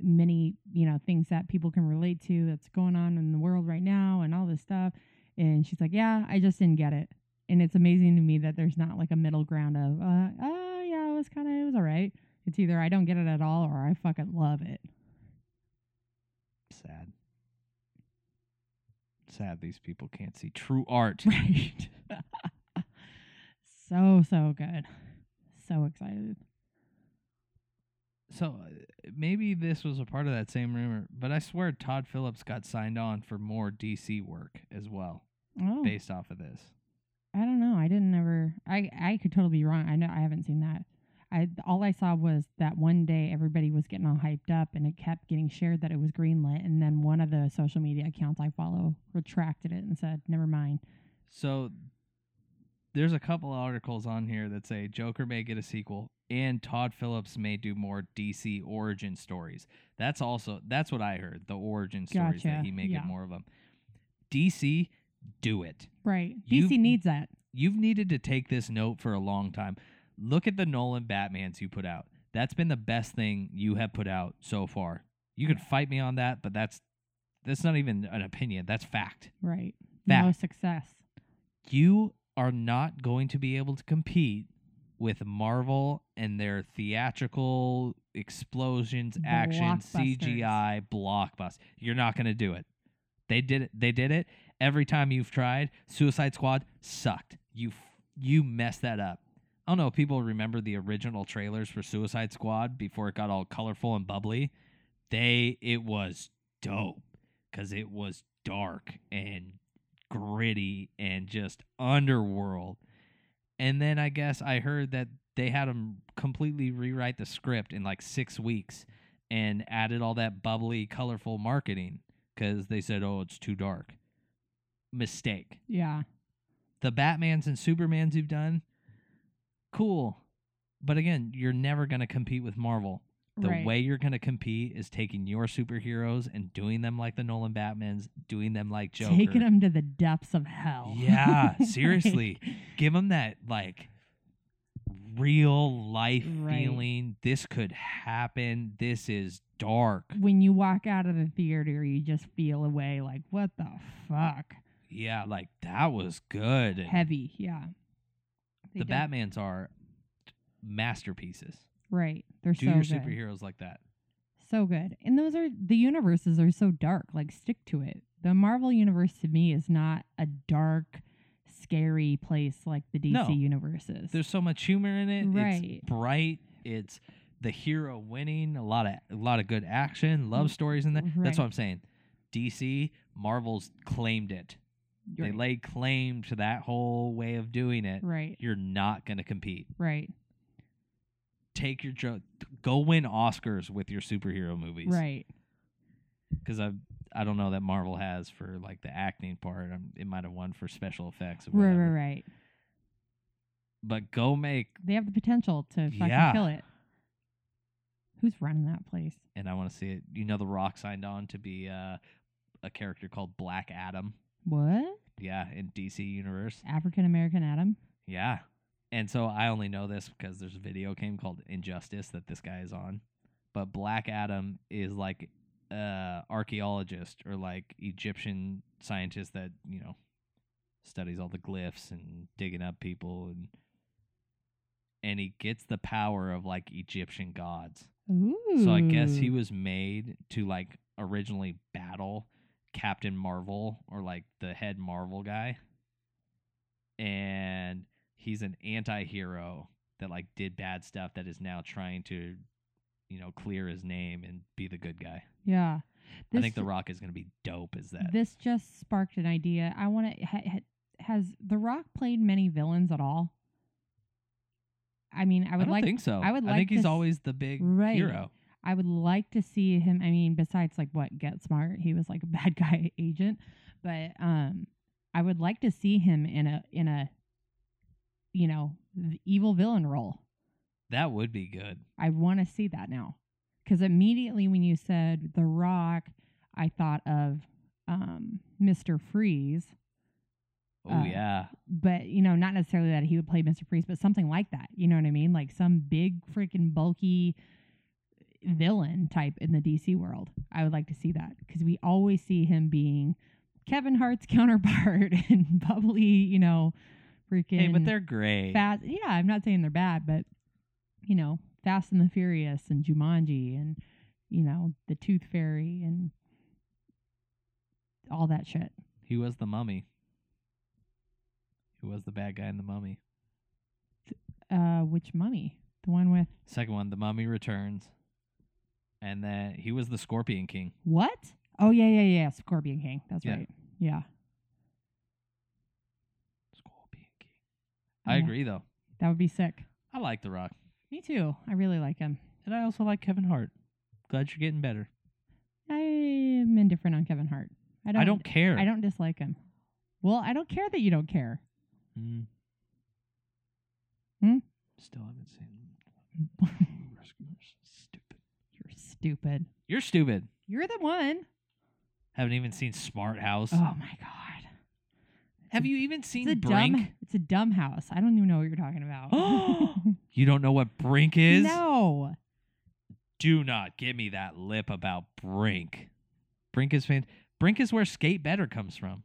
Speaker 5: many, you know, things that people can relate to that's going on in the world right now and all this stuff. And she's like, yeah, I just didn't get it. And it's amazing to me that there's not like a middle ground of, uh, oh, yeah, it was kind of, it was all right. It's either I don't get it at all or I fucking love it. (laughs)
Speaker 4: Sad. Sad these people can't see true art.
Speaker 5: Right. so, so good. So excited.
Speaker 4: So uh, maybe this was a part of that same rumor, but I swear Todd Phillips got signed on for more DC work as well,
Speaker 5: Oh,
Speaker 4: based off of this.
Speaker 5: I don't know. I didn't ever. I I could totally be wrong. I know I haven't seen that. I all I saw was that one day everybody was getting all hyped up, and it kept getting shared that it was greenlit, and then one of the social media accounts I follow retracted it and said, "Never mind."
Speaker 4: So there's a couple articles on here that say Joker may get a sequel and Todd Phillips may do more DC origin stories. That's also that's what I heard, the origin stories
Speaker 5: Gotcha,
Speaker 4: that he may
Speaker 5: yeah.
Speaker 4: get more of them. DC do it.
Speaker 5: Right.
Speaker 4: You-
Speaker 5: DC needs that.
Speaker 4: You've needed to take this note for a long time. Look at the Nolan Batmans you put out. That's been the best thing you have put out so far. You could fight me on that, but that's that's not even an opinion. That's fact
Speaker 5: Right. No
Speaker 4: Fact.
Speaker 5: success.
Speaker 4: you are not going to be able to compete with Marvel and their theatrical explosions, action,
Speaker 5: Blockbusters.
Speaker 4: CGI, blockbuster. You're not going to do it. They did it. They did it every time you've tried. Suicide Squad sucked. You f- you messed that up. I don't know if people remember the original trailers for Suicide Squad before it got all colorful and bubbly. They it was dope because it was dark and gritty and just underworld. And then I guess I heard that they had him completely rewrite the script in like six weeks and added all that bubbly, colorful marketing because they said, oh, it's too dark. Mistake.
Speaker 5: Yeah.
Speaker 4: The Batmans and Supermans you've done, cool. But again, you're never going to compete with Marvel. The
Speaker 5: right.
Speaker 4: way you're going to compete is taking your superheroes and doing them like the Nolan Batmans, doing them like Joker.
Speaker 5: Taking them to the depths of hell.
Speaker 4: Yeah,
Speaker 5: (laughs) Like,
Speaker 4: seriously. Give them that like real life
Speaker 5: Right.
Speaker 4: feeling. This could happen. This is dark.
Speaker 5: when you walk out of the theater, you just feel away like, what the fuck?
Speaker 4: Yeah, like that was good.
Speaker 5: Heavy, yeah. They
Speaker 4: the
Speaker 5: did-
Speaker 4: Batmans are masterpieces.
Speaker 5: right? They're
Speaker 4: Do
Speaker 5: so
Speaker 4: your
Speaker 5: good,
Speaker 4: superheroes like that.
Speaker 5: so good. And those are the universes are so dark. Like stick to it. The Marvel universe to me is not a dark, scary place like the DC
Speaker 4: No.
Speaker 5: universe is.
Speaker 4: There's so much humor in it.
Speaker 5: Right.
Speaker 4: It's bright. It's the hero winning. A lot of a lot of good action, love stories in that. That's
Speaker 5: Mm, Right.
Speaker 4: what I'm saying. DC, Marvel's claimed it.
Speaker 5: You're
Speaker 4: They laid claim to that whole way of doing it.
Speaker 5: right,
Speaker 4: You're not going to compete.
Speaker 5: right,
Speaker 4: Take your jo- go win Oscars with your superhero movies.
Speaker 5: right.
Speaker 4: Because I I don't know that Marvel has for like the acting part. i it might have won for special effects. Or
Speaker 5: Right,
Speaker 4: whatever.
Speaker 5: right, right.
Speaker 4: But go make
Speaker 5: They have the potential to fucking
Speaker 4: Yeah.
Speaker 5: kill it. Who's running that place?
Speaker 4: and I want to see it. You know, The Rock signed on to be uh, a character called Black Adam.
Speaker 5: What?
Speaker 4: Yeah, in DC universe.
Speaker 5: African American Adam?
Speaker 4: Yeah. And so I only know this because there's a video game called Injustice that this guy is on. But Black Adam is like uh archaeologist or like Egyptian scientist that, you know, studies all the glyphs and digging up people and and he gets the power of like Egyptian gods.
Speaker 5: Ooh.
Speaker 4: So I guess
Speaker 5: Hmm.
Speaker 4: he was made to like originally battle Captain Marvel or like the head Marvel guy. And he's an anti-hero that like did bad stuff that is now trying to you know clear his name and be the good guy.
Speaker 5: Yeah.
Speaker 4: I think
Speaker 5: This-
Speaker 4: The Rock is going to be dope as that.
Speaker 5: This just sparked an idea. I want to. Ha, ha, has The Rock played many villains at all? I mean, I
Speaker 4: I
Speaker 5: would
Speaker 4: don't
Speaker 5: like.
Speaker 4: think so.
Speaker 5: I would
Speaker 4: I
Speaker 5: like
Speaker 4: think
Speaker 5: to
Speaker 4: he's
Speaker 5: s-
Speaker 4: always the big
Speaker 5: Right.
Speaker 4: hero.
Speaker 5: I would like to see him. I mean, besides like what Get Smart, he was like a (laughs) bad guy agent, but um, I would like to see him in a in a, you know, v- evil villain role.
Speaker 4: That would be good.
Speaker 5: I want to see that now. Because immediately when you said The Rock, I thought of um, Mr. Freeze
Speaker 4: Oh
Speaker 5: Uh,
Speaker 4: yeah.
Speaker 5: but you know, not necessarily that he would play Mr. Priest, but something like that. You know what I mean? Like some big freaking bulky villain type in the DC world. I would like to see that because we always see him being Kevin Hart's (laughs) counterpart and bubbly, you know, freaking
Speaker 4: Hey, but they're great.
Speaker 5: fast. Yeah, I'm not saying they're bad, but you know, Fast and the Furious and Jumanji and you know the Tooth Fairy and all that shit.
Speaker 4: He was the mummy. He was the bad guy in the mummy.
Speaker 5: Uh, which mummy? The one with
Speaker 4: Second one, the mummy returns. And then he was the Scorpion King.
Speaker 5: what? Oh yeah, yeah, yeah. Scorpion King. That's
Speaker 4: Yeah.
Speaker 5: right. Yeah,
Speaker 4: Scorpion King. I
Speaker 5: Yeah.
Speaker 4: agree though.
Speaker 5: that would be sick.
Speaker 4: I like The Rock.
Speaker 5: Me too. I really like him.
Speaker 4: And I also like Kevin Hart. Glad you're getting better.
Speaker 5: I'm indifferent on Kevin Hart. I don't.
Speaker 4: I don't care.
Speaker 5: I don't dislike him. Well, I don't care that you don't care.
Speaker 4: Mm.
Speaker 5: Hmm?
Speaker 4: Still haven't
Speaker 5: (laughs)
Speaker 4: seen Rescuers. Stupid.
Speaker 5: You're stupid.
Speaker 4: You're stupid.
Speaker 5: You're the one.
Speaker 4: Haven't even seen Smart House.
Speaker 5: Oh my god.
Speaker 4: Have you even seen
Speaker 5: It's a
Speaker 4: Brink?
Speaker 5: dumb. It's a dumb house. I don't even know what you're talking about. (gasps)
Speaker 4: You don't know what Brink (gasps) is?
Speaker 5: no.
Speaker 4: Do not give me that lip about Brink. Brink is fan. Brink is where Skate Better comes from.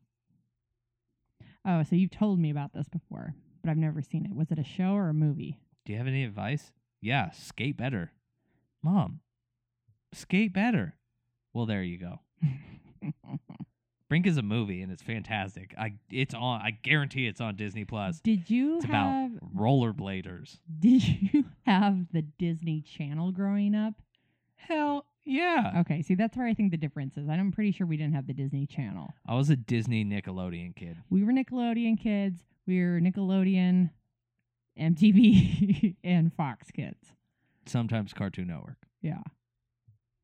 Speaker 5: Oh, so you've told me about this before, but I've never seen it. Was it a show or a movie?
Speaker 4: Do you have any advice? Yeah, skate better. Mom, skate better. Well, there you
Speaker 5: (laughs)
Speaker 4: go. Brink is a movie and it's fantastic. I it's on I guarantee it's on Disney Plus.
Speaker 5: Did you
Speaker 4: It's about
Speaker 5: have (laughs)
Speaker 4: rollerbladers.
Speaker 5: Did you have the Disney Channel growing up?
Speaker 4: Hell yeah.
Speaker 5: Okay, see that's where I think the difference is. I'm pretty sure we didn't have the Disney Channel.
Speaker 4: I was a Disney Nickelodeon kid.
Speaker 5: We were Nickelodeon kids. We were Nickelodeon, MTV, (laughs) and Fox kids.
Speaker 4: Sometimes Cartoon Network.
Speaker 5: Yeah.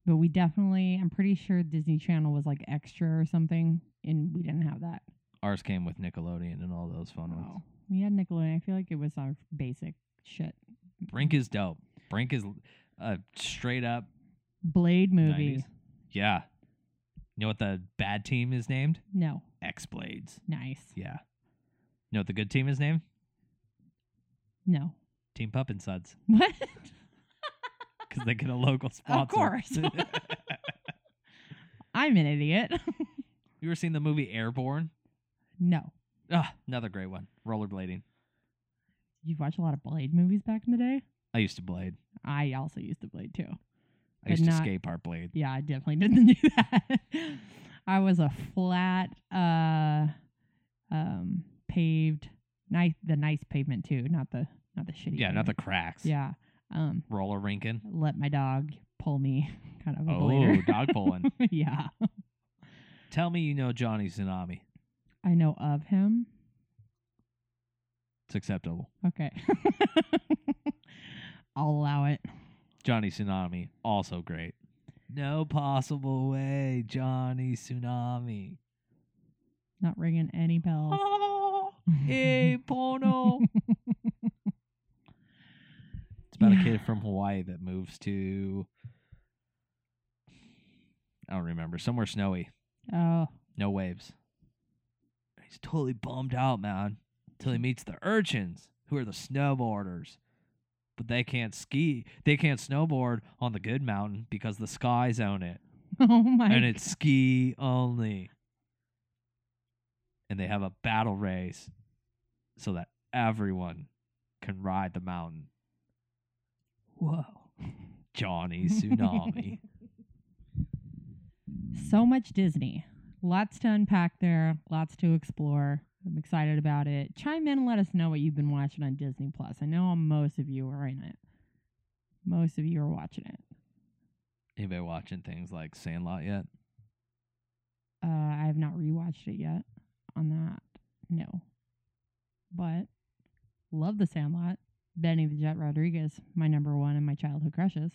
Speaker 5: But we definitely, I'm pretty sure Disney Channel was like extra or something, and we didn't have that.
Speaker 4: Ours came with Nickelodeon and all those fun ones.
Speaker 5: Oh. We had Nickelodeon. I feel like it was our basic shit.
Speaker 4: Brink is dope. Brink is a straight up
Speaker 5: Blade movie.
Speaker 4: 90s. Yeah. You know what the bad team is named?
Speaker 5: No.
Speaker 4: X Blades.
Speaker 5: Nice.
Speaker 4: Yeah. You know what the good team is named?
Speaker 5: No. (laughs)
Speaker 4: Team Pup and Suds.
Speaker 5: What?
Speaker 4: Because they get a
Speaker 5: (laughs)
Speaker 4: local sponsor. (laughs)
Speaker 5: course. I'm an idiot. (laughs)
Speaker 4: you ever seen the movie Airborne?
Speaker 5: no.
Speaker 4: Ah, another great one. Rollerblading.
Speaker 5: You watch a lot of Blade movies back in the day?
Speaker 4: I used to blade.
Speaker 5: I also used to Blade too.
Speaker 4: I
Speaker 5: But
Speaker 4: used to
Speaker 5: not-
Speaker 4: skate park blade.
Speaker 5: Yeah, I definitely (laughs) didn't do that. I was a flat, uh, um, paved, nice, the nice pavement too, not the not the shitty.
Speaker 4: Yeah, not the
Speaker 5: pavement.
Speaker 4: cracks.
Speaker 5: Yeah, um,
Speaker 4: Roller rinking.
Speaker 5: let my dog pull me, (laughs) kind of a
Speaker 4: Oh,
Speaker 5: blader. (laughs)
Speaker 4: dog pulling.
Speaker 5: yeah,
Speaker 4: Tell me you know Johnny Tsunami.
Speaker 5: I know of him.
Speaker 4: It's acceptable.
Speaker 5: Okay, (laughs) I'll allow it.
Speaker 4: Johnny Tsunami, also great. No possible way, Johnny Tsunami.
Speaker 5: Not ringing any bells.
Speaker 4: Oh, hey, Pono. It's about a
Speaker 5: Yeah.
Speaker 4: kid from Hawaii that moves to I don't remember somewhere snowy,
Speaker 5: (laughs) Oh, (laughs)
Speaker 4: no waves. He's totally bummed out, man, until he meets the urchins, who are the snowboarders. But they can't ski, they can't snowboard on the good mountain because the skies own it,
Speaker 5: oh my!
Speaker 4: and it's ski only. And they have a battle race so that everyone can ride the mountain.
Speaker 5: whoa!
Speaker 4: Johnny Tsunami.
Speaker 5: So much Disney. Lots to unpack there. Lots to explore. I'm excited about it. Chime in and let us know what you've been watching on Disney Plus. I know most of you are in it. Most of you are watching it.
Speaker 4: Anybody watching things like Sandlot yet?
Speaker 5: Uh, I have not rewatched it yet. On that, no. But love The Sandlot. Benny the Jet Rodriguez, my number one and my childhood crushes.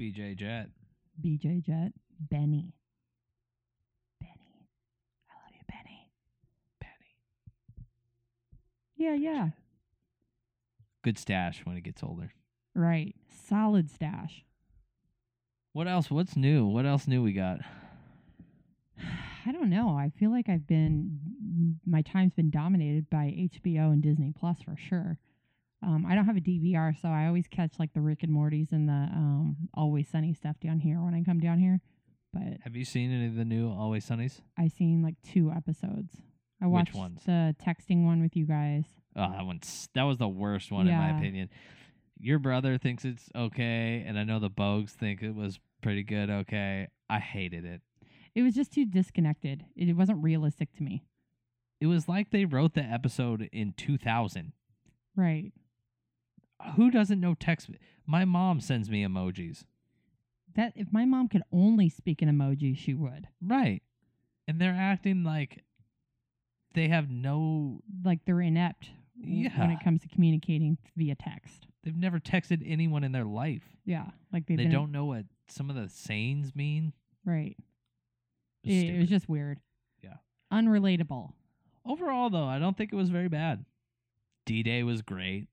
Speaker 4: BJ Jet.
Speaker 5: BJ Jet, Benny. Benny. I love you, Benny.
Speaker 4: Penny.
Speaker 5: Yeah, yeah.
Speaker 4: Good stash when he gets older.
Speaker 5: Right. Solid stash. (sighs)
Speaker 4: What else? What's new? What else new we got?
Speaker 5: I don't know. I feel like I've been my time's been dominated by HBO and Disney Plus for sure. Um, I don't have a DVR, so I always catch like the Rick and Morty's and the um, Always Sunny stuff down here when I come down here. But
Speaker 4: Have you seen any of the new Always Sunnies?
Speaker 5: I seen like two episodes. I
Speaker 4: Which
Speaker 5: watched
Speaker 4: ones?
Speaker 5: the texting one with you guys.
Speaker 4: Oh, that one's that was the worst one in my
Speaker 5: Yeah.
Speaker 4: opinion. Your brother thinks it's okay, and I know the Bogues think it was pretty good. Okay, I hated it.
Speaker 5: It was just too disconnected. It, it wasn't realistic to me.
Speaker 4: It was like they wrote the episode in 2000.
Speaker 5: Right.
Speaker 4: Who doesn't know text? My mom sends me emojis,
Speaker 5: That if my mom could only speak in emoji, she would.
Speaker 4: right? And they're acting like they have no.
Speaker 5: Like they're inept w- when
Speaker 4: Yeah.
Speaker 5: it comes to communicating via text.
Speaker 4: They've never texted anyone in their life.
Speaker 5: Yeah. Like
Speaker 4: They
Speaker 5: they've been-
Speaker 4: don't know what some of the sayings mean.
Speaker 5: Right.
Speaker 4: It
Speaker 5: It,
Speaker 4: was
Speaker 5: it was
Speaker 4: stupid.
Speaker 5: just weird.
Speaker 4: Yeah.
Speaker 5: Unrelatable.
Speaker 4: Overall, though, I don't think it was very bad. D Day was great.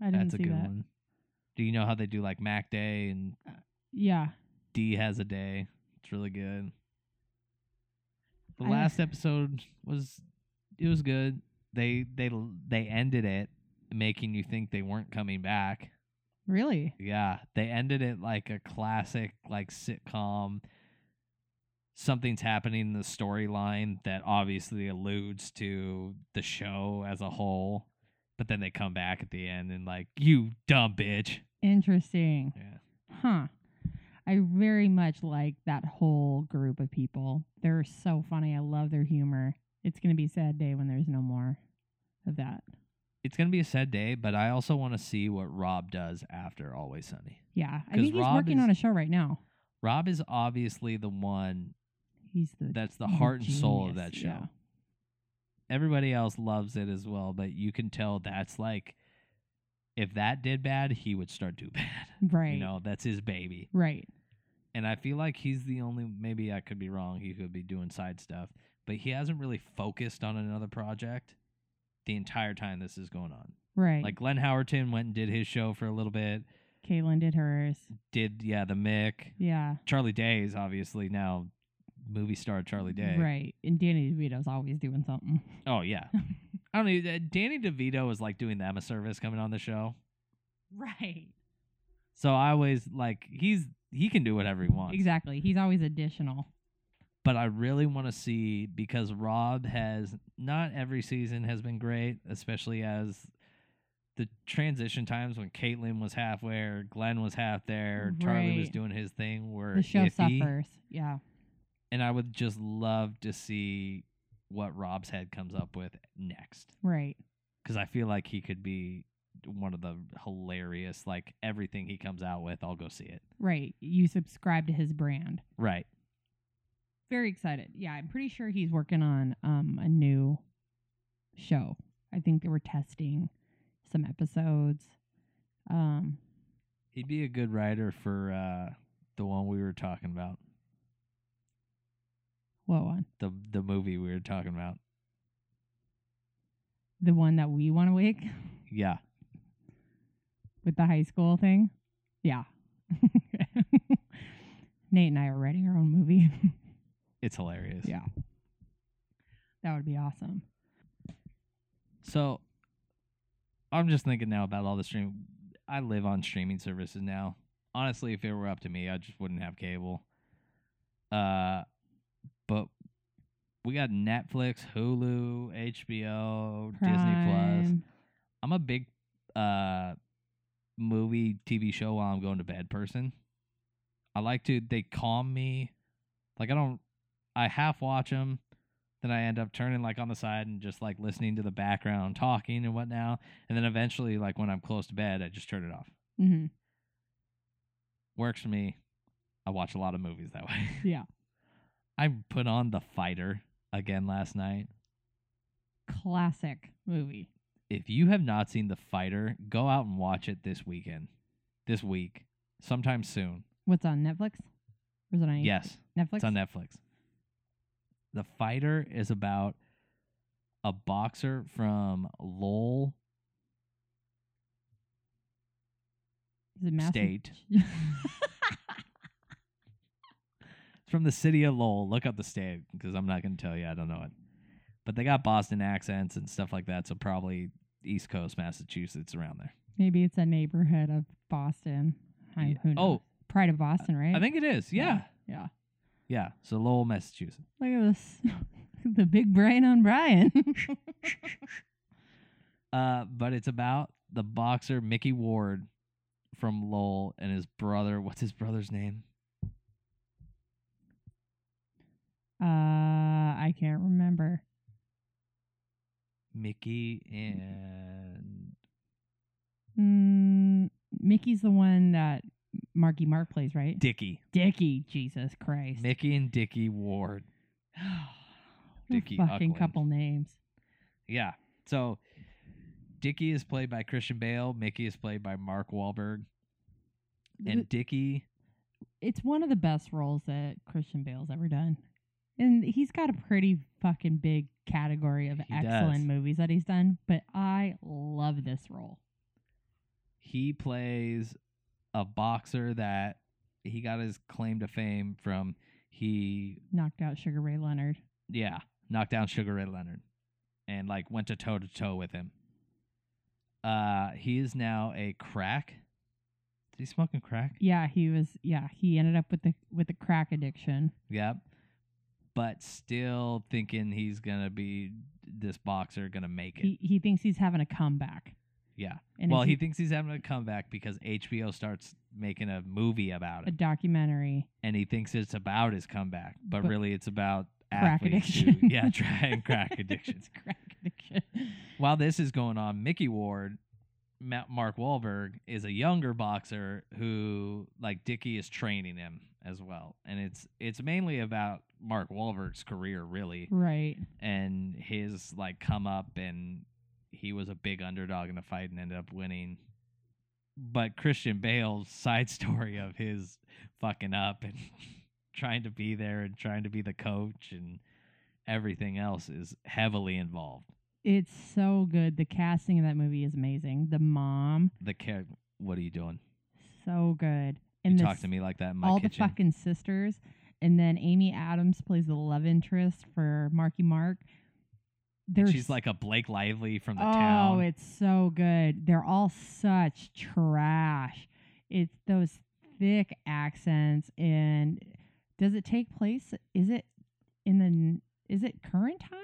Speaker 5: I didn't
Speaker 4: That's a
Speaker 5: see
Speaker 4: good
Speaker 5: that.
Speaker 4: one. Do you know how they do like Mac Day and
Speaker 5: Yeah.
Speaker 4: D has a day? It's really good. The
Speaker 5: I-
Speaker 4: last episode was it was good. They they they ended it making you think they weren't coming back.
Speaker 5: Really?
Speaker 4: Yeah, they ended it like a classic like sitcom. Something's happening in the storyline that obviously alludes to the show as a whole, but then they come back at the end and like, "You dumb bitch."
Speaker 5: Interesting.
Speaker 4: Yeah.
Speaker 5: Huh. I very much like that whole group of people. They're so funny. I love their humor. It's going to be a sad day when there's no more of that.
Speaker 4: It's going to be a sad day, but I also want to see what Rob does after Always Sunny.
Speaker 5: Yeah. I
Speaker 4: 'Cause
Speaker 5: think he's
Speaker 4: Rob
Speaker 5: working
Speaker 4: is-
Speaker 5: on a show right now.
Speaker 4: Rob is obviously the one
Speaker 5: He's the
Speaker 4: that's the
Speaker 5: he's a
Speaker 4: heart and soul of
Speaker 5: genius,
Speaker 4: that show.
Speaker 5: yeah.
Speaker 4: Everybody else loves it as well, but you can tell that's like if that did bad, he would start to (laughs) bad.
Speaker 5: Right.
Speaker 4: You know, that's his baby.
Speaker 5: Right.
Speaker 4: And I feel like he's the only maybe I could be wrong, he could be doing side stuff, but he hasn't really focused on another project the entire time this is going on.
Speaker 5: Right.
Speaker 4: Like
Speaker 5: Like
Speaker 4: Glenn Howerton went and did his show for a little bit,
Speaker 5: Kaylin did hers.
Speaker 4: did yeah, the Mick.
Speaker 5: Yeah.
Speaker 4: Charlie Day is obviously now movie star Charlie Day.
Speaker 5: Mm, Right. And Danny DeVito's always doing something. (laughs)
Speaker 4: Oh yeah. I don't know. uh, Danny DeVito is like doing them a service coming on the show.
Speaker 5: Right.
Speaker 4: So I always like he's he can do whatever he wants.
Speaker 5: Exactly. He's always additional.
Speaker 4: But I really want to see because Rob has not every season has been great, especially as the transition times when Caitlin was halfway or Glenn was half there, Charlie was
Speaker 5: Right.
Speaker 4: doing his thing were
Speaker 5: The show
Speaker 4: iffy.
Speaker 5: suffers. Yeah.
Speaker 4: And I would just love to see what Rob's head comes up with next.
Speaker 5: Right.
Speaker 4: because I feel like he could be one of the hilarious, like everything he comes out with, I'll go see it.
Speaker 5: Right. You subscribe to his brand.
Speaker 4: Right.
Speaker 5: Very excited. Yeah, I'm pretty sure he's working on um a new show. I think they were testing some episodes. Um
Speaker 4: He'd be a good writer for uh, the one we were talking about,
Speaker 5: what one?
Speaker 4: the the movie we were talking about.
Speaker 5: The one that we want to wake
Speaker 4: Yeah.
Speaker 5: with the high school thing? Yeah. (laughs) Nate and I are writing our own movie. (laughs)
Speaker 4: It's hilarious.
Speaker 5: yeah. That would be awesome.
Speaker 4: So I'm just thinking now about all the stream. I live on streaming services now. Honestly, if it were up to me, I just wouldn't have cable. Uh, but we got Netflix, Hulu, HBO, Disney Plus.
Speaker 5: Prime.
Speaker 4: I'm a big uh movie TV show while I'm going to bed person. I like to they calm me. Like I don't I half watch them then I end up turning like on the side and just like listening to the background talking and whatnot. And then eventually like when I'm close to bed, I just turn it off.
Speaker 5: Mhm.
Speaker 4: Works for me. I watch a lot of movies that way. (laughs)
Speaker 5: Yeah.
Speaker 4: I put on The Fighter again last night.
Speaker 5: Classic movie.
Speaker 4: if you have not seen The Fighter, go out and watch it this weekend, this week, sometime soon.
Speaker 5: What's on Netflix? Or is it on
Speaker 4: Yes,
Speaker 5: Netflix?
Speaker 4: it's on Netflix. The Fighter is about a boxer from Lowell
Speaker 5: Is it Mass-
Speaker 4: State. It's from the city of Lowell. Look up the state because I'm not going to tell you. I don't know it. but they got Boston accents and stuff like that. So probably East Coast, Massachusetts, around there.
Speaker 5: (laughs) Maybe it's a neighborhood of Boston. I,
Speaker 4: Yeah.
Speaker 5: who knows?
Speaker 4: Oh.
Speaker 5: Pride of Boston, right?
Speaker 4: I think it is. Yeah,
Speaker 5: Yeah.
Speaker 4: yeah. So Lowell, Massachusetts.
Speaker 5: Look at this. (laughs) the big brain on Brian. (laughs)
Speaker 4: Uh, but it's about the boxer Mickey Ward from Lowell and his brother. What's his brother's name?
Speaker 5: uh, I can't remember.
Speaker 4: Mickey and
Speaker 5: Mm, Mickey's the one that Marky Mark plays, right?
Speaker 4: Dicky.
Speaker 5: Dickie, Jesus Christ. (gasps)
Speaker 4: Mickey and Dicky Ward.
Speaker 5: What a
Speaker 4: Dickie
Speaker 5: fucking
Speaker 4: Uckland.
Speaker 5: couple names.
Speaker 4: Yeah. So Dickie is played by Christian Bale. Mickey is played by Mark Wahlberg.
Speaker 5: Mm-hmm.
Speaker 4: And Dickie,
Speaker 5: it's one of the best roles that Christian Bale's ever done. And he's got a pretty fucking big category of
Speaker 4: He
Speaker 5: excellent
Speaker 4: does.
Speaker 5: movies that he's done, but I love this role.
Speaker 4: he plays a boxer that he got his claim to fame from he
Speaker 5: Knocked out Sugar Ray Leonard.
Speaker 4: yeah, knocked down Sugar Ray Leonard and like went to toe to toe with him. Uh he is now a crack. Is he smoking crack?
Speaker 5: Yeah, he was yeah, he ended up with the with the crack addiction.
Speaker 4: Yep. But still thinking he's gonna be this boxer gonna make it.
Speaker 5: He he thinks he's having a comeback.
Speaker 4: yeah.
Speaker 5: And
Speaker 4: well,
Speaker 5: it's
Speaker 4: he thinks he's having a comeback because HBO starts making a movie about
Speaker 5: a
Speaker 4: it,
Speaker 5: documentary.
Speaker 4: and he thinks it's about his comeback, but,
Speaker 5: But-
Speaker 4: really it's about
Speaker 5: Crack
Speaker 4: athletes who- (laughs)
Speaker 5: addiction.
Speaker 4: yeah,
Speaker 5: (laughs)
Speaker 4: tra- and crack addiction.
Speaker 5: it's crack addiction.
Speaker 4: While this is going on, Mickey Ward, Ma- Mark Wahlberg, is a younger boxer who, like Dickie, is training him as well, and it's it's mainly about Mark Wahlberg's career, really,
Speaker 5: Right.
Speaker 4: and his like come up and he was a big underdog in the fight and ended up winning but christian bale's (laughs) side story of his fucking up and (laughs) trying to be there and trying to be the coach and everything else is heavily involved
Speaker 5: It's so good. The casting of that movie is amazing. The mom,
Speaker 4: the care what are you doing
Speaker 5: so good.
Speaker 4: you
Speaker 5: And the
Speaker 4: talk to me like that in my
Speaker 5: all
Speaker 4: kitchen
Speaker 5: the fucking sisters, and then Amy Adams plays the love interest for Marky Mark.
Speaker 4: And
Speaker 5: They're
Speaker 4: she's
Speaker 5: s-
Speaker 4: like a blake lively from the
Speaker 5: oh,
Speaker 4: town
Speaker 5: it's so good. They're all such trash. It's those thick accents, and does it take place? Is it in the? n- Is it current time?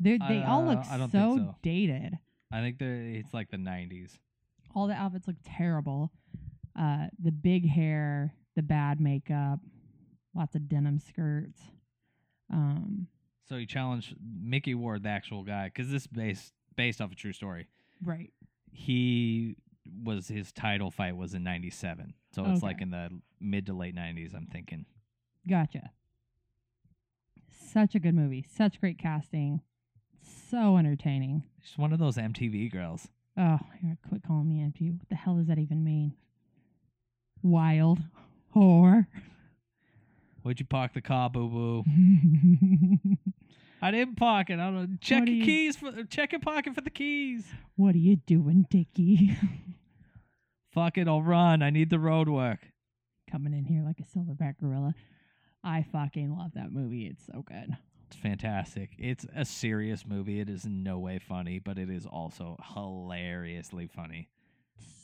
Speaker 5: They they all
Speaker 4: Uh,
Speaker 5: look
Speaker 4: I don't think
Speaker 5: so,
Speaker 4: so.
Speaker 5: dated.
Speaker 4: i think they're it's like the 90s
Speaker 5: All the outfits look terrible. Uh, the big hair, the bad makeup, lots of denim skirts. Um,
Speaker 4: so he challenged mickey ward the actual guy because this is based based off a true story
Speaker 5: right.
Speaker 4: he was his title fight was in 97 so it's
Speaker 5: Okay.
Speaker 4: like in the mid to late 90s i'm thinking
Speaker 5: Gotcha. Such a good movie. Such great casting. So entertaining.
Speaker 4: she's one of those mtv girls
Speaker 5: Oh, yeah, quit calling me empty. What the hell does that even mean? Wild whore. (laughs)
Speaker 4: would you park the car boo boo i didn't park it i don't know check
Speaker 5: What
Speaker 4: your
Speaker 5: do you-
Speaker 4: keys for check your pocket for the keys
Speaker 5: what are you doing, Dickie? (laughs)
Speaker 4: fuck it i'll run i need the road work
Speaker 5: Coming in here like a silverback gorilla. I fucking love that movie. It's so good.
Speaker 4: it's fantastic it's a serious movie it is in no way funny but it is also hilariously funny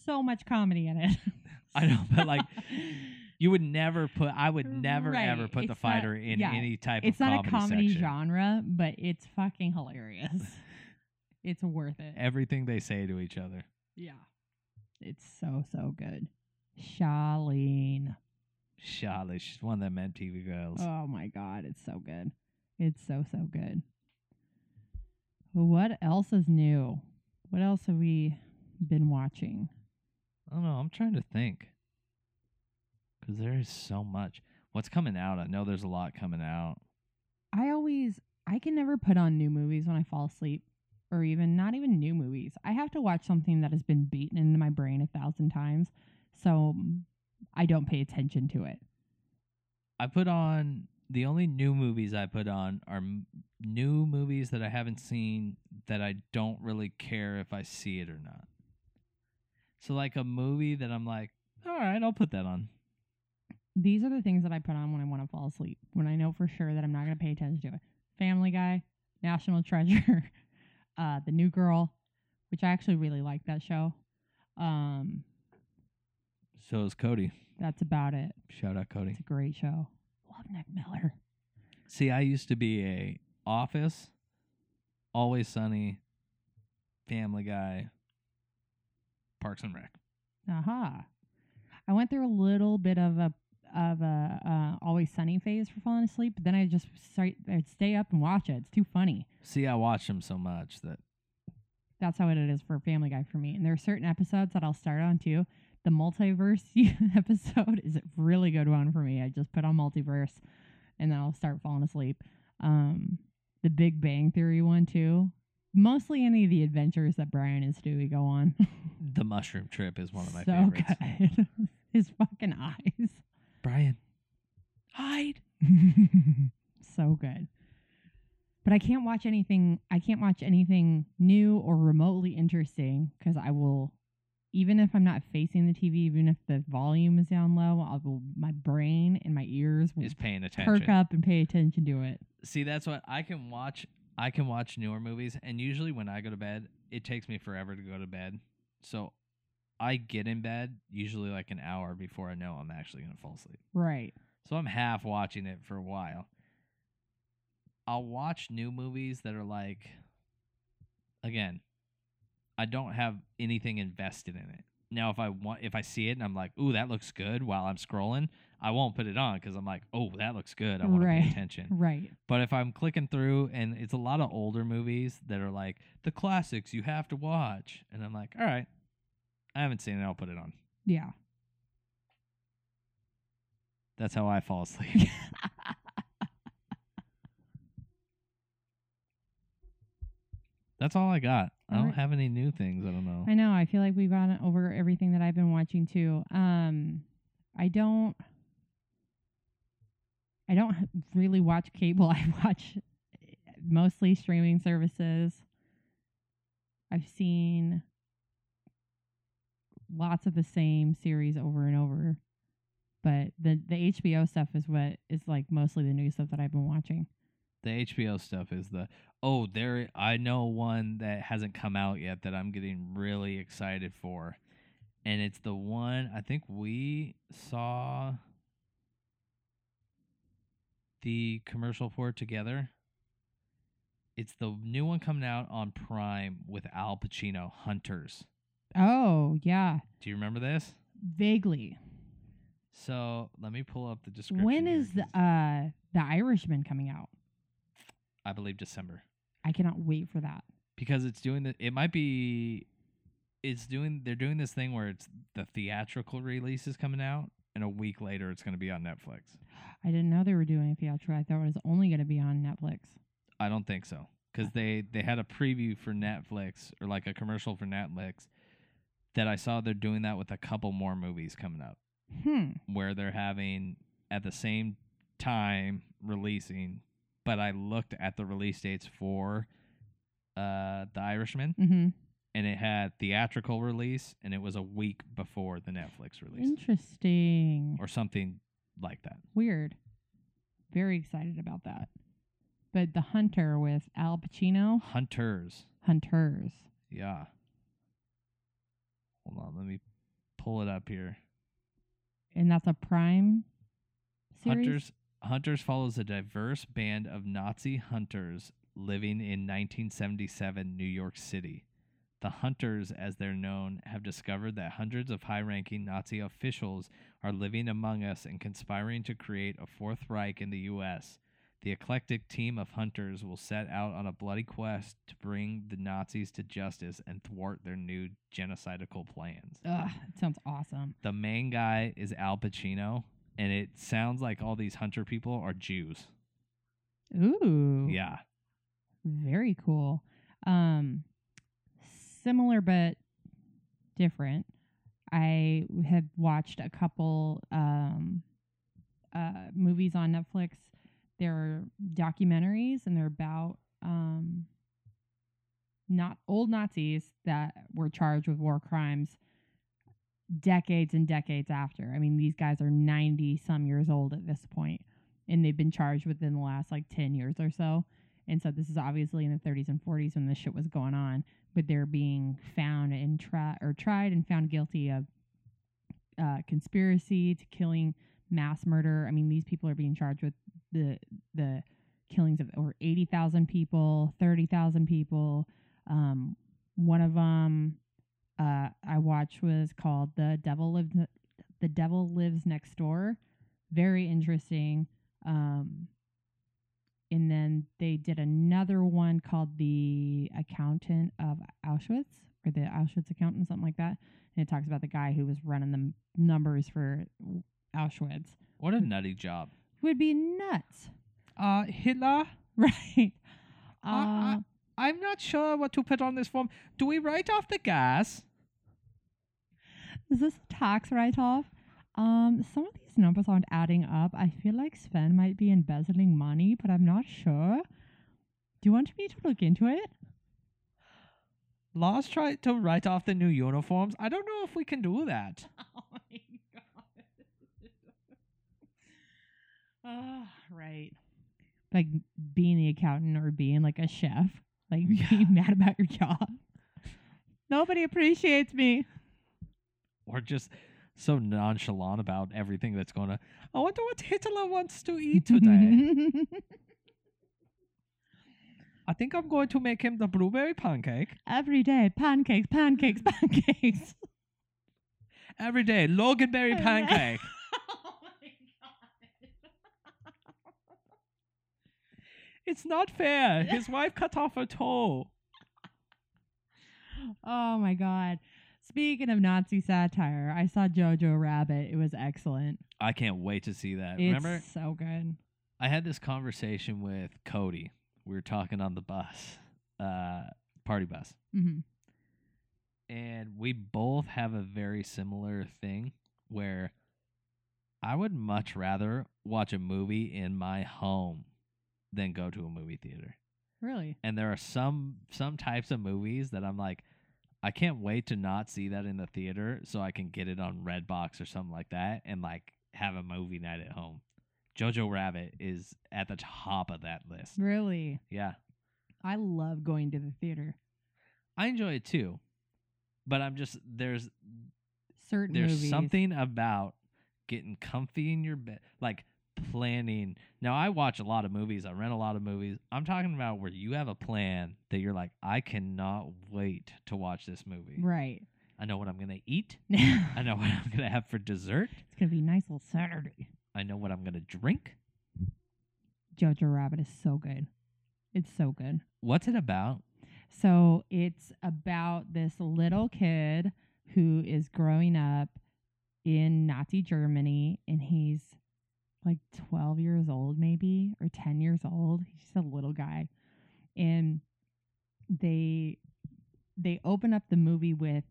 Speaker 5: so much comedy in it.
Speaker 4: (laughs) I know, but,
Speaker 5: (laughs)
Speaker 4: like, you would never put i would never
Speaker 5: Right.
Speaker 4: ever put the
Speaker 5: It's not-
Speaker 4: fighter in
Speaker 5: yeah.
Speaker 4: any type
Speaker 5: it's
Speaker 4: of
Speaker 5: not a comedy
Speaker 4: section.
Speaker 5: genre, but it's fucking hilarious. it's worth it.
Speaker 4: everything they say to each other.
Speaker 5: yeah, it's so so good. Charlene.
Speaker 4: Charlotte, she's one of them MTV girls.
Speaker 5: Oh my god, it's so good. It's so so good. What else is new? What else have we been watching?
Speaker 4: I don't know. I'm trying to think because there is so much. What's coming out? I know there's a lot coming out.
Speaker 5: I always I can never put on new movies when I fall asleep or even not even new movies. I have to watch something that has been beaten into my brain a thousand times. So mm, I don't pay attention to it.
Speaker 4: I put on the only new movies I put on are m- new movies that I haven't seen that I don't really care if I see it or not. So like a movie that I'm like, all right, I'll put that on.
Speaker 5: These are the things that I put on when I want to fall asleep, when I know for sure that I'm not going to pay attention to it. Family Guy, National Treasure, (laughs) uh, The New Girl, which I actually really like that show. Um,
Speaker 4: So is Cody.
Speaker 5: that's about it.
Speaker 4: Shout out Cody.
Speaker 5: It's a great show. Love Nick Miller.
Speaker 4: See, I used to be a office, always sunny, family guy, Parks and Rec.
Speaker 5: Aha. I went through a little bit of a of a uh, always sunny phase for falling asleep, but then I just start, I'd stay up and watch it. It's too funny.
Speaker 4: See, I watched him so much that
Speaker 5: That's how it is for Family Guy for me. And there are certain episodes that I'll start on too. The multiverse (laughs) episode is a really good one for me. I just put on multiverse, and then I'll start falling asleep. Um, the Big Bang Theory one too. Mostly any of the adventures that Brian and Stewie go on.
Speaker 4: the mushroom trip is one of my
Speaker 5: (laughs) so
Speaker 4: favorites.
Speaker 5: good. (laughs) His fucking eyes.
Speaker 4: Brian, hide.
Speaker 5: (laughs) so good. But I can't watch anything. I can't watch anything new or remotely interesting because I will, even if I'm not facing the TV, even if the volume is down low, I'll go. My brain and my ears will
Speaker 4: Is paying attention.
Speaker 5: perk up and pay attention to it.
Speaker 4: See, that's what I can watch. I can watch newer movies, and usually when I go to bed, it takes me forever to go to bed. So I get in bed usually like an hour before I know I'm actually going to fall asleep.
Speaker 5: Right.
Speaker 4: So I'm half watching it for a while. I'll watch new movies that are like, again, I don't have anything invested in it. Now, if I want, if I see it and I'm like, "Ooh, that looks good," while I'm scrolling, I won't put it on because I'm like, "Oh, that looks good." I want to
Speaker 5: Right.
Speaker 4: pay attention.
Speaker 5: Right.
Speaker 4: But if I'm clicking through and it's a lot of older movies that are like the classics you have to watch, and I'm like, all right, I haven't seen it, I'll put it on.
Speaker 5: Yeah.
Speaker 4: That's how I fall asleep. (laughs) That's all I got. I don't
Speaker 5: Alright.
Speaker 4: have any new things. I don't know.
Speaker 5: I know. I feel like we've gone over everything that I've been watching too. Um, I don't. I don't h- really watch cable. (laughs) I watch mostly streaming services. I've seen lots of the same series over and over, but the the HBO stuff is what is like mostly the new stuff that I've been watching.
Speaker 4: The HBO stuff is the oh there. I know one that hasn't come out yet that I'm getting really excited for, and it's the one I think we saw the commercial for it together. It's the new one coming out on Prime with Al Pacino, Hunters.
Speaker 5: Oh yeah,
Speaker 4: Do you remember this?
Speaker 5: vaguely.
Speaker 4: So let me pull up the description.
Speaker 5: When
Speaker 4: here,
Speaker 5: is the
Speaker 4: 'cause
Speaker 5: uh the Irishman coming out?
Speaker 4: I believe December.
Speaker 5: I cannot wait for that.
Speaker 4: because it's doing the it might be it's doing they're doing this thing where it's the theatrical release is coming out and a week later it's going to be on Netflix.
Speaker 5: I didn't know they were doing a theatrical. I thought it was only going to be on Netflix.
Speaker 4: I don't think so cuz they they had a preview for Netflix or like a commercial for Netflix that I saw they're doing that with a couple more movies coming up
Speaker 5: Hmm.
Speaker 4: where they're having at the same time releasing but I looked at the release dates for uh The Irishman
Speaker 5: Mm-hmm.
Speaker 4: and it had theatrical release and it was a week before the Netflix release
Speaker 5: Interesting.
Speaker 4: or something like that.
Speaker 5: Weird. Very excited about that. But the Hunter with Al Pacino,
Speaker 4: Hunters.
Speaker 5: Hunters.
Speaker 4: Yeah. Hold on, let me pull it up here.
Speaker 5: And that's a prime series.
Speaker 4: Hunters Hunters follows a diverse band of Nazi hunters living in 1977 New York City. The hunters, as they're known, have discovered that hundreds of high ranking Nazi officials are living among us and conspiring to create a Fourth Reich in the U.S. The eclectic team of hunters will set out on a bloody quest to bring the Nazis to justice and thwart their new genocidal plans
Speaker 5: Ugh, it sounds awesome.
Speaker 4: the main guy is Al Pacino, and it sounds like all these hunter people are Jews.
Speaker 5: Ooh.
Speaker 4: Yeah.
Speaker 5: Very cool. Um, similar but different. I have watched a couple um, uh, movies on Netflix. They're documentaries, and they're about um, not old Nazis that were charged with war crimes decades and decades after. I mean, these guys are ninety some years old at this point, and they've been charged within the last like ten years or so And so this is obviously in the 30s and 40s when this shit was going on, but they're being found and tried or tried and found guilty of uh, conspiracy to killing, mass murder. I mean, these people are being charged with the the killings of over 80,000 people, 30,000 people. Um, one of them uh, I watched was called "The Devil Lives The Devil Lives Next Door." Very interesting. Um, and then they did another one called "The Accountant of Auschwitz" or "The Auschwitz Accountant," something like that. And it talks about the guy who was running the m- numbers for Auschwitz.
Speaker 4: What a nutty job.
Speaker 5: Would be nuts, (laughs)
Speaker 4: Uh, Hitler,
Speaker 5: right? Uh,
Speaker 4: I- I'm not sure what to put on this form. Do we write off the gas?
Speaker 5: Is this a tax write off? Um, some of these numbers aren't adding up. I feel like Sven might be embezzling money, but I'm not sure. Do you want me to look into it?
Speaker 4: Lars tried to write off the new uniforms. I don't know if we can do that.
Speaker 5: Oh my god. oh, right. Like being the accountant or being like a chef, like being (laughs) mad about your job. Nobody appreciates me.
Speaker 4: (laughs) Or just so nonchalant about everything that's going to. I wonder what Hitler wants to (laughs) eat today. I think I'm going to make him the blueberry pancake.
Speaker 5: (laughs) Every day, pancakes,
Speaker 4: (laughs)
Speaker 5: pancakes, pancakes.
Speaker 4: Every day, Loganberry
Speaker 5: Yeah. (laughs)
Speaker 4: pancake.
Speaker 5: oh my god.
Speaker 4: it's not fair. His wife cut off her toe.
Speaker 5: Oh my god. Speaking of Nazi satire, I saw Jojo Rabbit. It was excellent.
Speaker 4: I can't wait to see that.
Speaker 5: It's
Speaker 4: Uh, Remember,
Speaker 5: so good.
Speaker 4: I had this conversation with Cody. We were talking on the bus, uh, party bus.
Speaker 5: hmm
Speaker 4: and we both have a very similar thing where I would much rather watch a movie in my home than go to a movie theater.
Speaker 5: Really?
Speaker 4: And there are some some types of movies that I'm like I can't wait to not see that in the theater so I can get it on Redbox or something like that and like have a movie night at home. Jojo Rabbit is at the top of that list.
Speaker 5: Mm. Really?
Speaker 4: Yeah.
Speaker 5: I love going to the theater.
Speaker 4: I enjoy it too. But I'm just there's
Speaker 5: Certain
Speaker 4: there's
Speaker 5: movies.
Speaker 4: something about getting comfy in your bed like planning now i watch a lot of movies i rent a lot of movies i'm talking about where you have a plan that you're like i cannot wait to watch this movie
Speaker 5: right. (laughs)
Speaker 4: i know what i'm gonna eat i
Speaker 5: it's
Speaker 4: know (laughs) what i'm gonna have for dessert
Speaker 5: gonna be a nice little Saturday.
Speaker 4: i know what i'm gonna drink
Speaker 5: Jojo Rabbit is so good. It's so good.
Speaker 4: what's it about
Speaker 5: So it's about this little kid who is growing up in Nazi Germany and he's like 12 years old, maybe, or 10 years old. He's just a little guy. And they they open up the movie with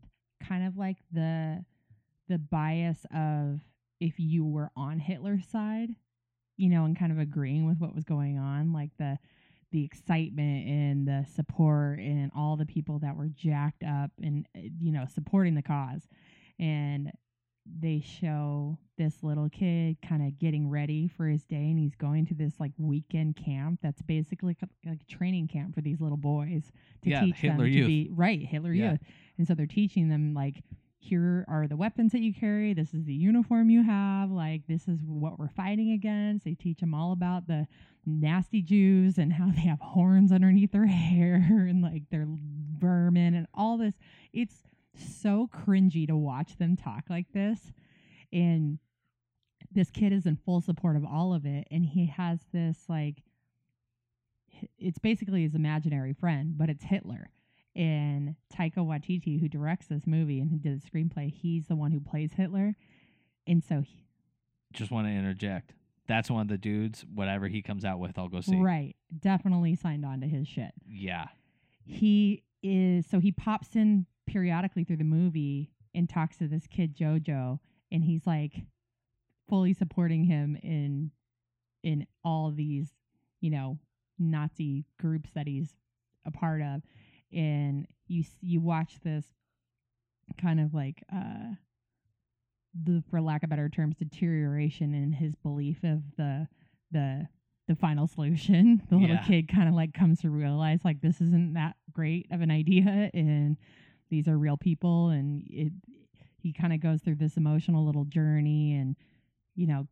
Speaker 5: kind of like the the bias of if you were on Hitler's side, you know, and kind of agreeing with what was going on, like the the excitement and the support and all the people that were jacked up and uh, you know supporting the cause and they show this little kid kind of getting ready for his day and he's going to this like weekend camp that's basically like a, like a training camp for these little boys to
Speaker 4: Yeah,
Speaker 5: teach
Speaker 4: Hitler
Speaker 5: them
Speaker 4: Youth.
Speaker 5: to be right Hitler
Speaker 4: Yeah.
Speaker 5: Youth and so they're teaching them like here are the weapons that you carry this is the uniform you have like this is what we're fighting against they teach them all about the nasty Jews and how (laughs) they have horns underneath their hair and like they're vermin and all this. It's so cringy to watch them talk like this. And this kid is in full support of all of it. And he has this like, h- it's basically his imaginary friend, but it's Hitler. And Taika Waititi, who directs this movie and who did the screenplay, he's the one who plays Hitler. And so he,
Speaker 4: just want to interject that's one of the dudes whatever he comes out with i'll go see
Speaker 5: right, definitely signed on to his shit.
Speaker 4: yeah
Speaker 5: he is so he pops in periodically through the movie and talks to this kid Jojo and he's like fully supporting him in in all these, you know, Nazi groups that he's a part of and you s- you watch this kind of like uh the for lack of better terms deterioration in his belief of the the the final solution. (laughs) The little
Speaker 4: Yeah.
Speaker 5: kid kind of like comes to realize like this isn't that great of an idea and these are real people and it he kind of goes through this emotional little journey and you know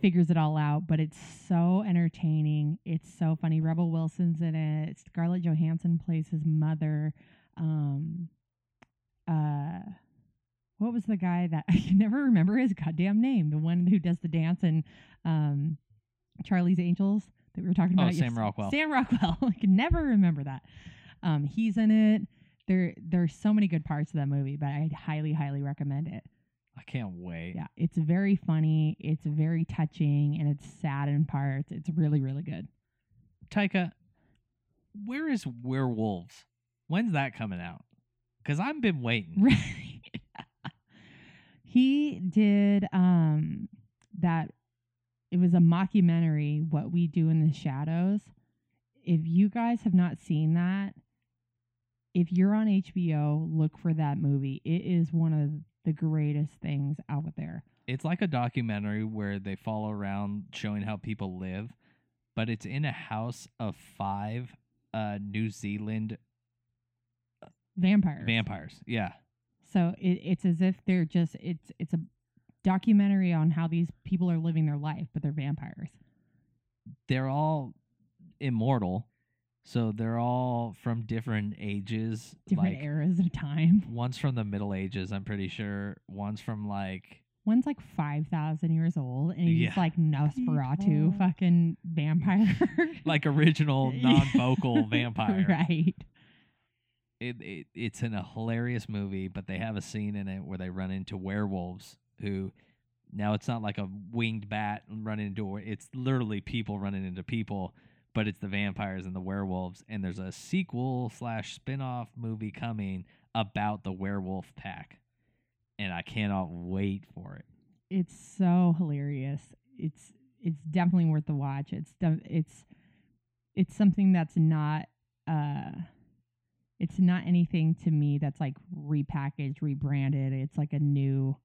Speaker 5: figures it all out, but it's so entertaining. It's so funny. Rebel Wilson's in it. Scarlett Johansson plays his mother. Um uh what was the guy that (laughs) I can never remember his goddamn name? The one who does the dance in um Charlie's Angels that we were talking
Speaker 4: Oh,
Speaker 5: about.
Speaker 4: Sam
Speaker 5: yes-
Speaker 4: Rockwell.
Speaker 5: Sam Rockwell. (laughs) I can never remember that. Um he's in it. There there's so many good parts of that movie, but I highly, highly recommend it.
Speaker 4: I can't wait.
Speaker 5: Yeah, it's very funny, it's very touching, and it's sad in parts. It's really, really good. (laughs)
Speaker 4: Taika, where is Werewolves? When's that coming out? Because I've been waiting.
Speaker 5: Right. he did um that it was a mockumentary, What We Do in the Shadows. If you guys have not seen that, if you're on HBO, look for that movie. It is one of the greatest things out there.
Speaker 4: It's like a documentary where they follow around showing how people live, but it's in a house of five uh, New Zealand
Speaker 5: Vampires.
Speaker 4: vampires. Yeah.
Speaker 5: So it, it's as if they're just it's it's a documentary on how these people are living their life, but they're vampires.
Speaker 4: They're all immortal. So they're all from different ages.
Speaker 5: Different
Speaker 4: like,
Speaker 5: eras of time.
Speaker 4: One's from the Middle Ages, I'm pretty sure. One's from
Speaker 5: (laughs)
Speaker 4: like
Speaker 5: One's like five thousand years old, and he's
Speaker 4: Yeah.
Speaker 5: like Nosferatu,
Speaker 4: People.
Speaker 5: fucking vampire,
Speaker 4: like original
Speaker 5: Yeah. (laughs)
Speaker 4: non-vocal vampire.
Speaker 5: right?
Speaker 4: It, it it's in a hilarious movie, but they have a scene in it where they run into werewolves who now it's not like a winged bat running into a wer- it's literally people running into people, but it's the vampires and the werewolves. And there's a sequel slash spin-off movie coming about the werewolf pack, and I cannot wait for it.
Speaker 5: It's so hilarious. It's it's definitely worth the watch. It's de- it's it's something that's not uh it's not anything to me that's like repackaged, rebranded. It's like a new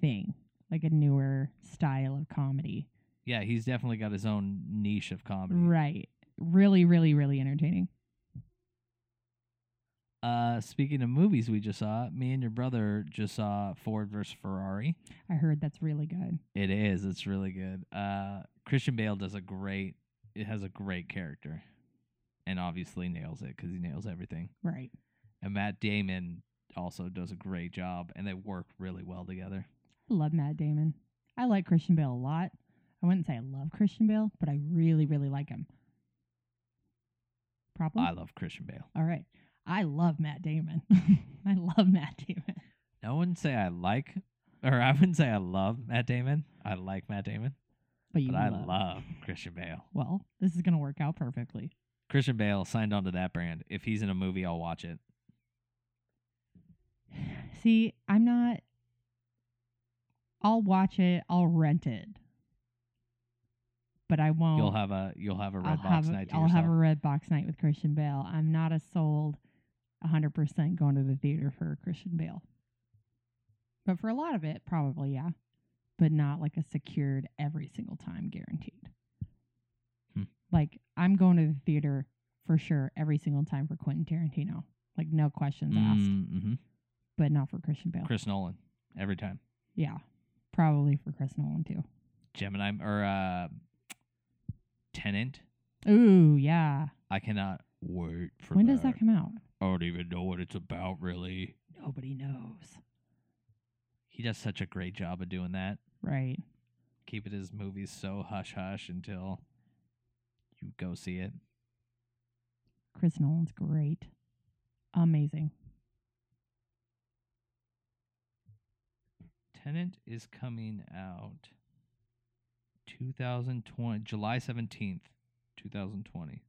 Speaker 5: thing, like a newer style of comedy.
Speaker 4: Yeah, he's definitely got his own niche of comedy.
Speaker 5: Right. Really, really, really entertaining.
Speaker 4: Uh, speaking of movies we just saw, me and your brother just saw Ford versus Ferrari.
Speaker 5: I heard that's really good.
Speaker 4: It is. It's really good. Uh, Christian Bale does a great. It has a great character, and obviously nails it because he nails everything.
Speaker 5: Right.
Speaker 4: And Matt Damon also does a great job, and they work really well together.
Speaker 5: I love Matt Damon. I like Christian Bale a lot. I wouldn't say I love Christian Bale, but I really, really like him. Problem?
Speaker 4: I love Christian Bale.
Speaker 5: All right. I love Matt Damon. (laughs) I love Matt Damon.
Speaker 4: I wouldn't say I like, or I wouldn't say I love Matt Damon. I like Matt Damon,
Speaker 5: But you
Speaker 4: but I
Speaker 5: love.
Speaker 4: love Christian Bale.
Speaker 5: Well, this is going to work out perfectly.
Speaker 4: Christian Bale signed on to that brand. If he's in a movie, I'll watch it.
Speaker 5: See, I'm not. I'll watch it. I'll rent it. But I won't.
Speaker 4: You'll have a you'll have a red
Speaker 5: Oh. I'll
Speaker 4: box
Speaker 5: have, a-
Speaker 4: night to
Speaker 5: I'll
Speaker 4: yourself.
Speaker 5: have a red box night with Christian Bale. I'm not a sold 100% going to the theater for Christian Bale. But for a lot of it, probably, yeah. But not like a secured every single time guaranteed.
Speaker 4: Hmm.
Speaker 5: Like, I'm going to the theater for sure every single time for Quentin Tarantino. Like, no questions asked,
Speaker 4: Mm-hmm.
Speaker 5: but not for Christian Bale.
Speaker 4: Chris Nolan every time.
Speaker 5: Yeah. Probably for Chris Nolan, too.
Speaker 4: Gemini or uh Tenant.
Speaker 5: Ooh, yeah.
Speaker 4: I cannot wait for
Speaker 5: When
Speaker 4: that.
Speaker 5: does that come out?
Speaker 4: I don't even know what it's about really.
Speaker 5: Nobody knows.
Speaker 4: He does such a great job of doing that.
Speaker 5: Right.
Speaker 4: Keeping his movies so hush hush until you go see it.
Speaker 5: Chris Nolan's great. Amazing.
Speaker 4: Tenant is coming out 2020 July 17th, 2020.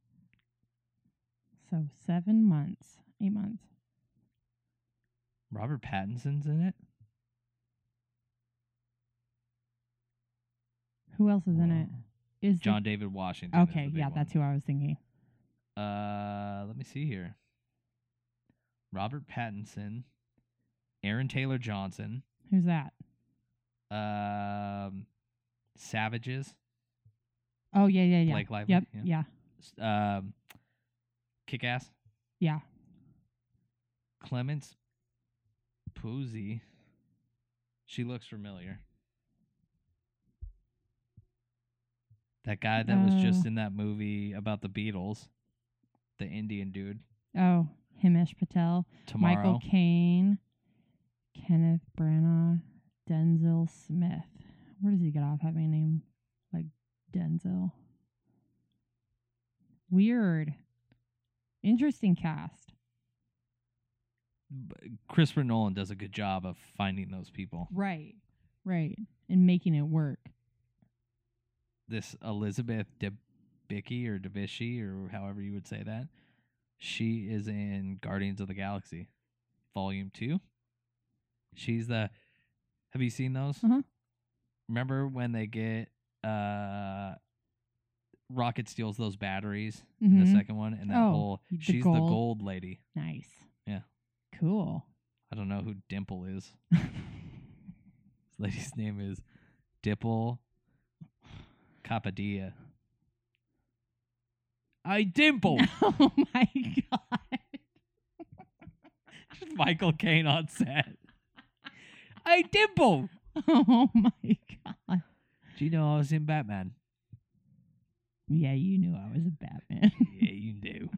Speaker 5: So seven months, eight months.
Speaker 4: Robert Pattinson's in it.
Speaker 5: Who else is in it?
Speaker 4: Wow.
Speaker 5: Is the-
Speaker 4: John David Washington. is
Speaker 5: okay,
Speaker 4: the big
Speaker 5: yeah,
Speaker 4: one.
Speaker 5: that's who I was thinking.
Speaker 4: Uh, let me see here. Robert Pattinson, Aaron Taylor Johnson,
Speaker 5: Who's that?
Speaker 4: um, Savages.
Speaker 5: Oh yeah, yeah, yeah.
Speaker 4: Blake Lively,
Speaker 5: Yep.
Speaker 4: yeah.
Speaker 5: Yeah.
Speaker 4: S- Um, Kick Ass,
Speaker 5: Yeah.
Speaker 4: Clements Posey. She looks familiar. That guy that was just
Speaker 5: Oh.
Speaker 4: in that movie about the Beatles, the Indian dude.
Speaker 5: Oh, Himesh Patel,
Speaker 4: Tomorrow.
Speaker 5: Michael Caine, Kenneth Branagh, Denzel Smith. Where does he get off having a name like Denzel? Weird. Interesting cast.
Speaker 4: B- Christopher Nolan does a good job of finding those people.
Speaker 5: Right. Right. And making it work.
Speaker 4: This Elizabeth Debicki or Devishy or however you would say that, she is in Guardians of the Galaxy, Volume Two. She's the. Have you seen those?
Speaker 5: Uh-huh.
Speaker 4: Remember when they get uh, Rocket steals those batteries in the
Speaker 5: Mhm.
Speaker 4: second one, and that
Speaker 5: Oh,
Speaker 4: whole
Speaker 5: the
Speaker 4: she's the
Speaker 5: gold.
Speaker 4: gold lady.
Speaker 5: Nice.
Speaker 4: Yeah.
Speaker 5: Cool. (laughs)
Speaker 4: I don't know who Dimple is. This lady's name is Dipple Capadia. I dimple
Speaker 5: (laughs) oh my god. (laughs)
Speaker 4: Michael Caine on set. I dimple.
Speaker 5: Oh my god.
Speaker 4: Do you know I was in
Speaker 5: (laughs)
Speaker 4: Batman?
Speaker 5: Yeah, you knew I was a Batman.
Speaker 4: yeah, you do.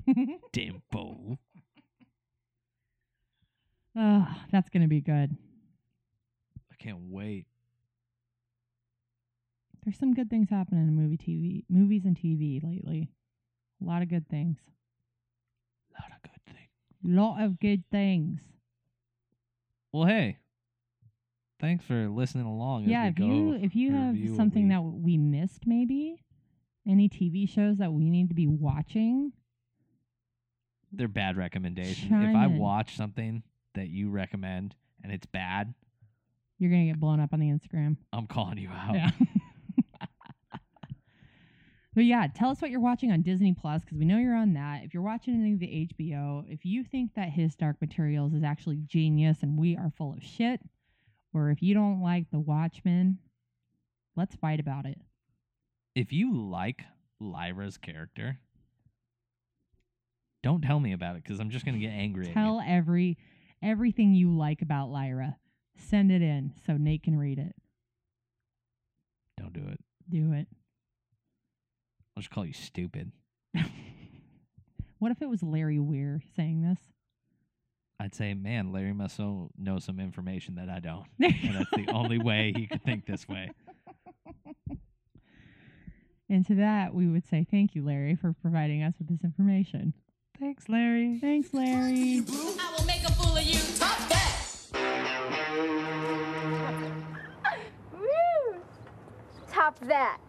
Speaker 5: (laughs)
Speaker 4: Dimple.
Speaker 5: oh, that's gonna be good.
Speaker 4: I can't wait.
Speaker 5: There's some good things happening in movie TV movies and TV lately. A lot of good things.
Speaker 4: Lot of good things.
Speaker 5: Lot of good things.
Speaker 4: Well, hey, thanks for listening along.
Speaker 5: yeah,
Speaker 4: as
Speaker 5: if
Speaker 4: we
Speaker 5: you
Speaker 4: go
Speaker 5: if you have
Speaker 4: review what
Speaker 5: something
Speaker 4: we-
Speaker 5: that we missed maybe, any TV shows that we need to be watching,
Speaker 4: they're bad recommendations. If
Speaker 5: Chime
Speaker 4: I
Speaker 5: in.
Speaker 4: watch something that you recommend and it's bad,
Speaker 5: you're gonna get blown up on the Instagram.
Speaker 4: I'm calling you out.
Speaker 5: Yeah. (laughs) but yeah, tell us what you're watching on Disney Plus because we know you're on that. If you're watching any of the HBO, if you think that His Dark Materials is actually genius and we are full of shit, or if you don't like The Watchmen, let's fight about it.
Speaker 4: (laughs) if you like Lyra's character, don't tell me about it because I'm just gonna get angry.
Speaker 5: Tell
Speaker 4: at
Speaker 5: every everything you like about Lyra. Send it in so Nate can read it.
Speaker 4: you. Don't do it.
Speaker 5: Do it.
Speaker 4: I'll just call you stupid.
Speaker 5: (laughs) what if it was Larry Weir saying this?
Speaker 4: I'd say, man, Larry must so know some information that I
Speaker 5: (laughs)
Speaker 4: don't, and that's the only way he could think this way.
Speaker 5: And to that, we would say thank you, Larry, for providing us with this information. Thanks, Larry. Thanks, Larry.
Speaker 2: Blue?
Speaker 1: I will make a fool of you.
Speaker 2: Top that!
Speaker 3: Woo! Top that.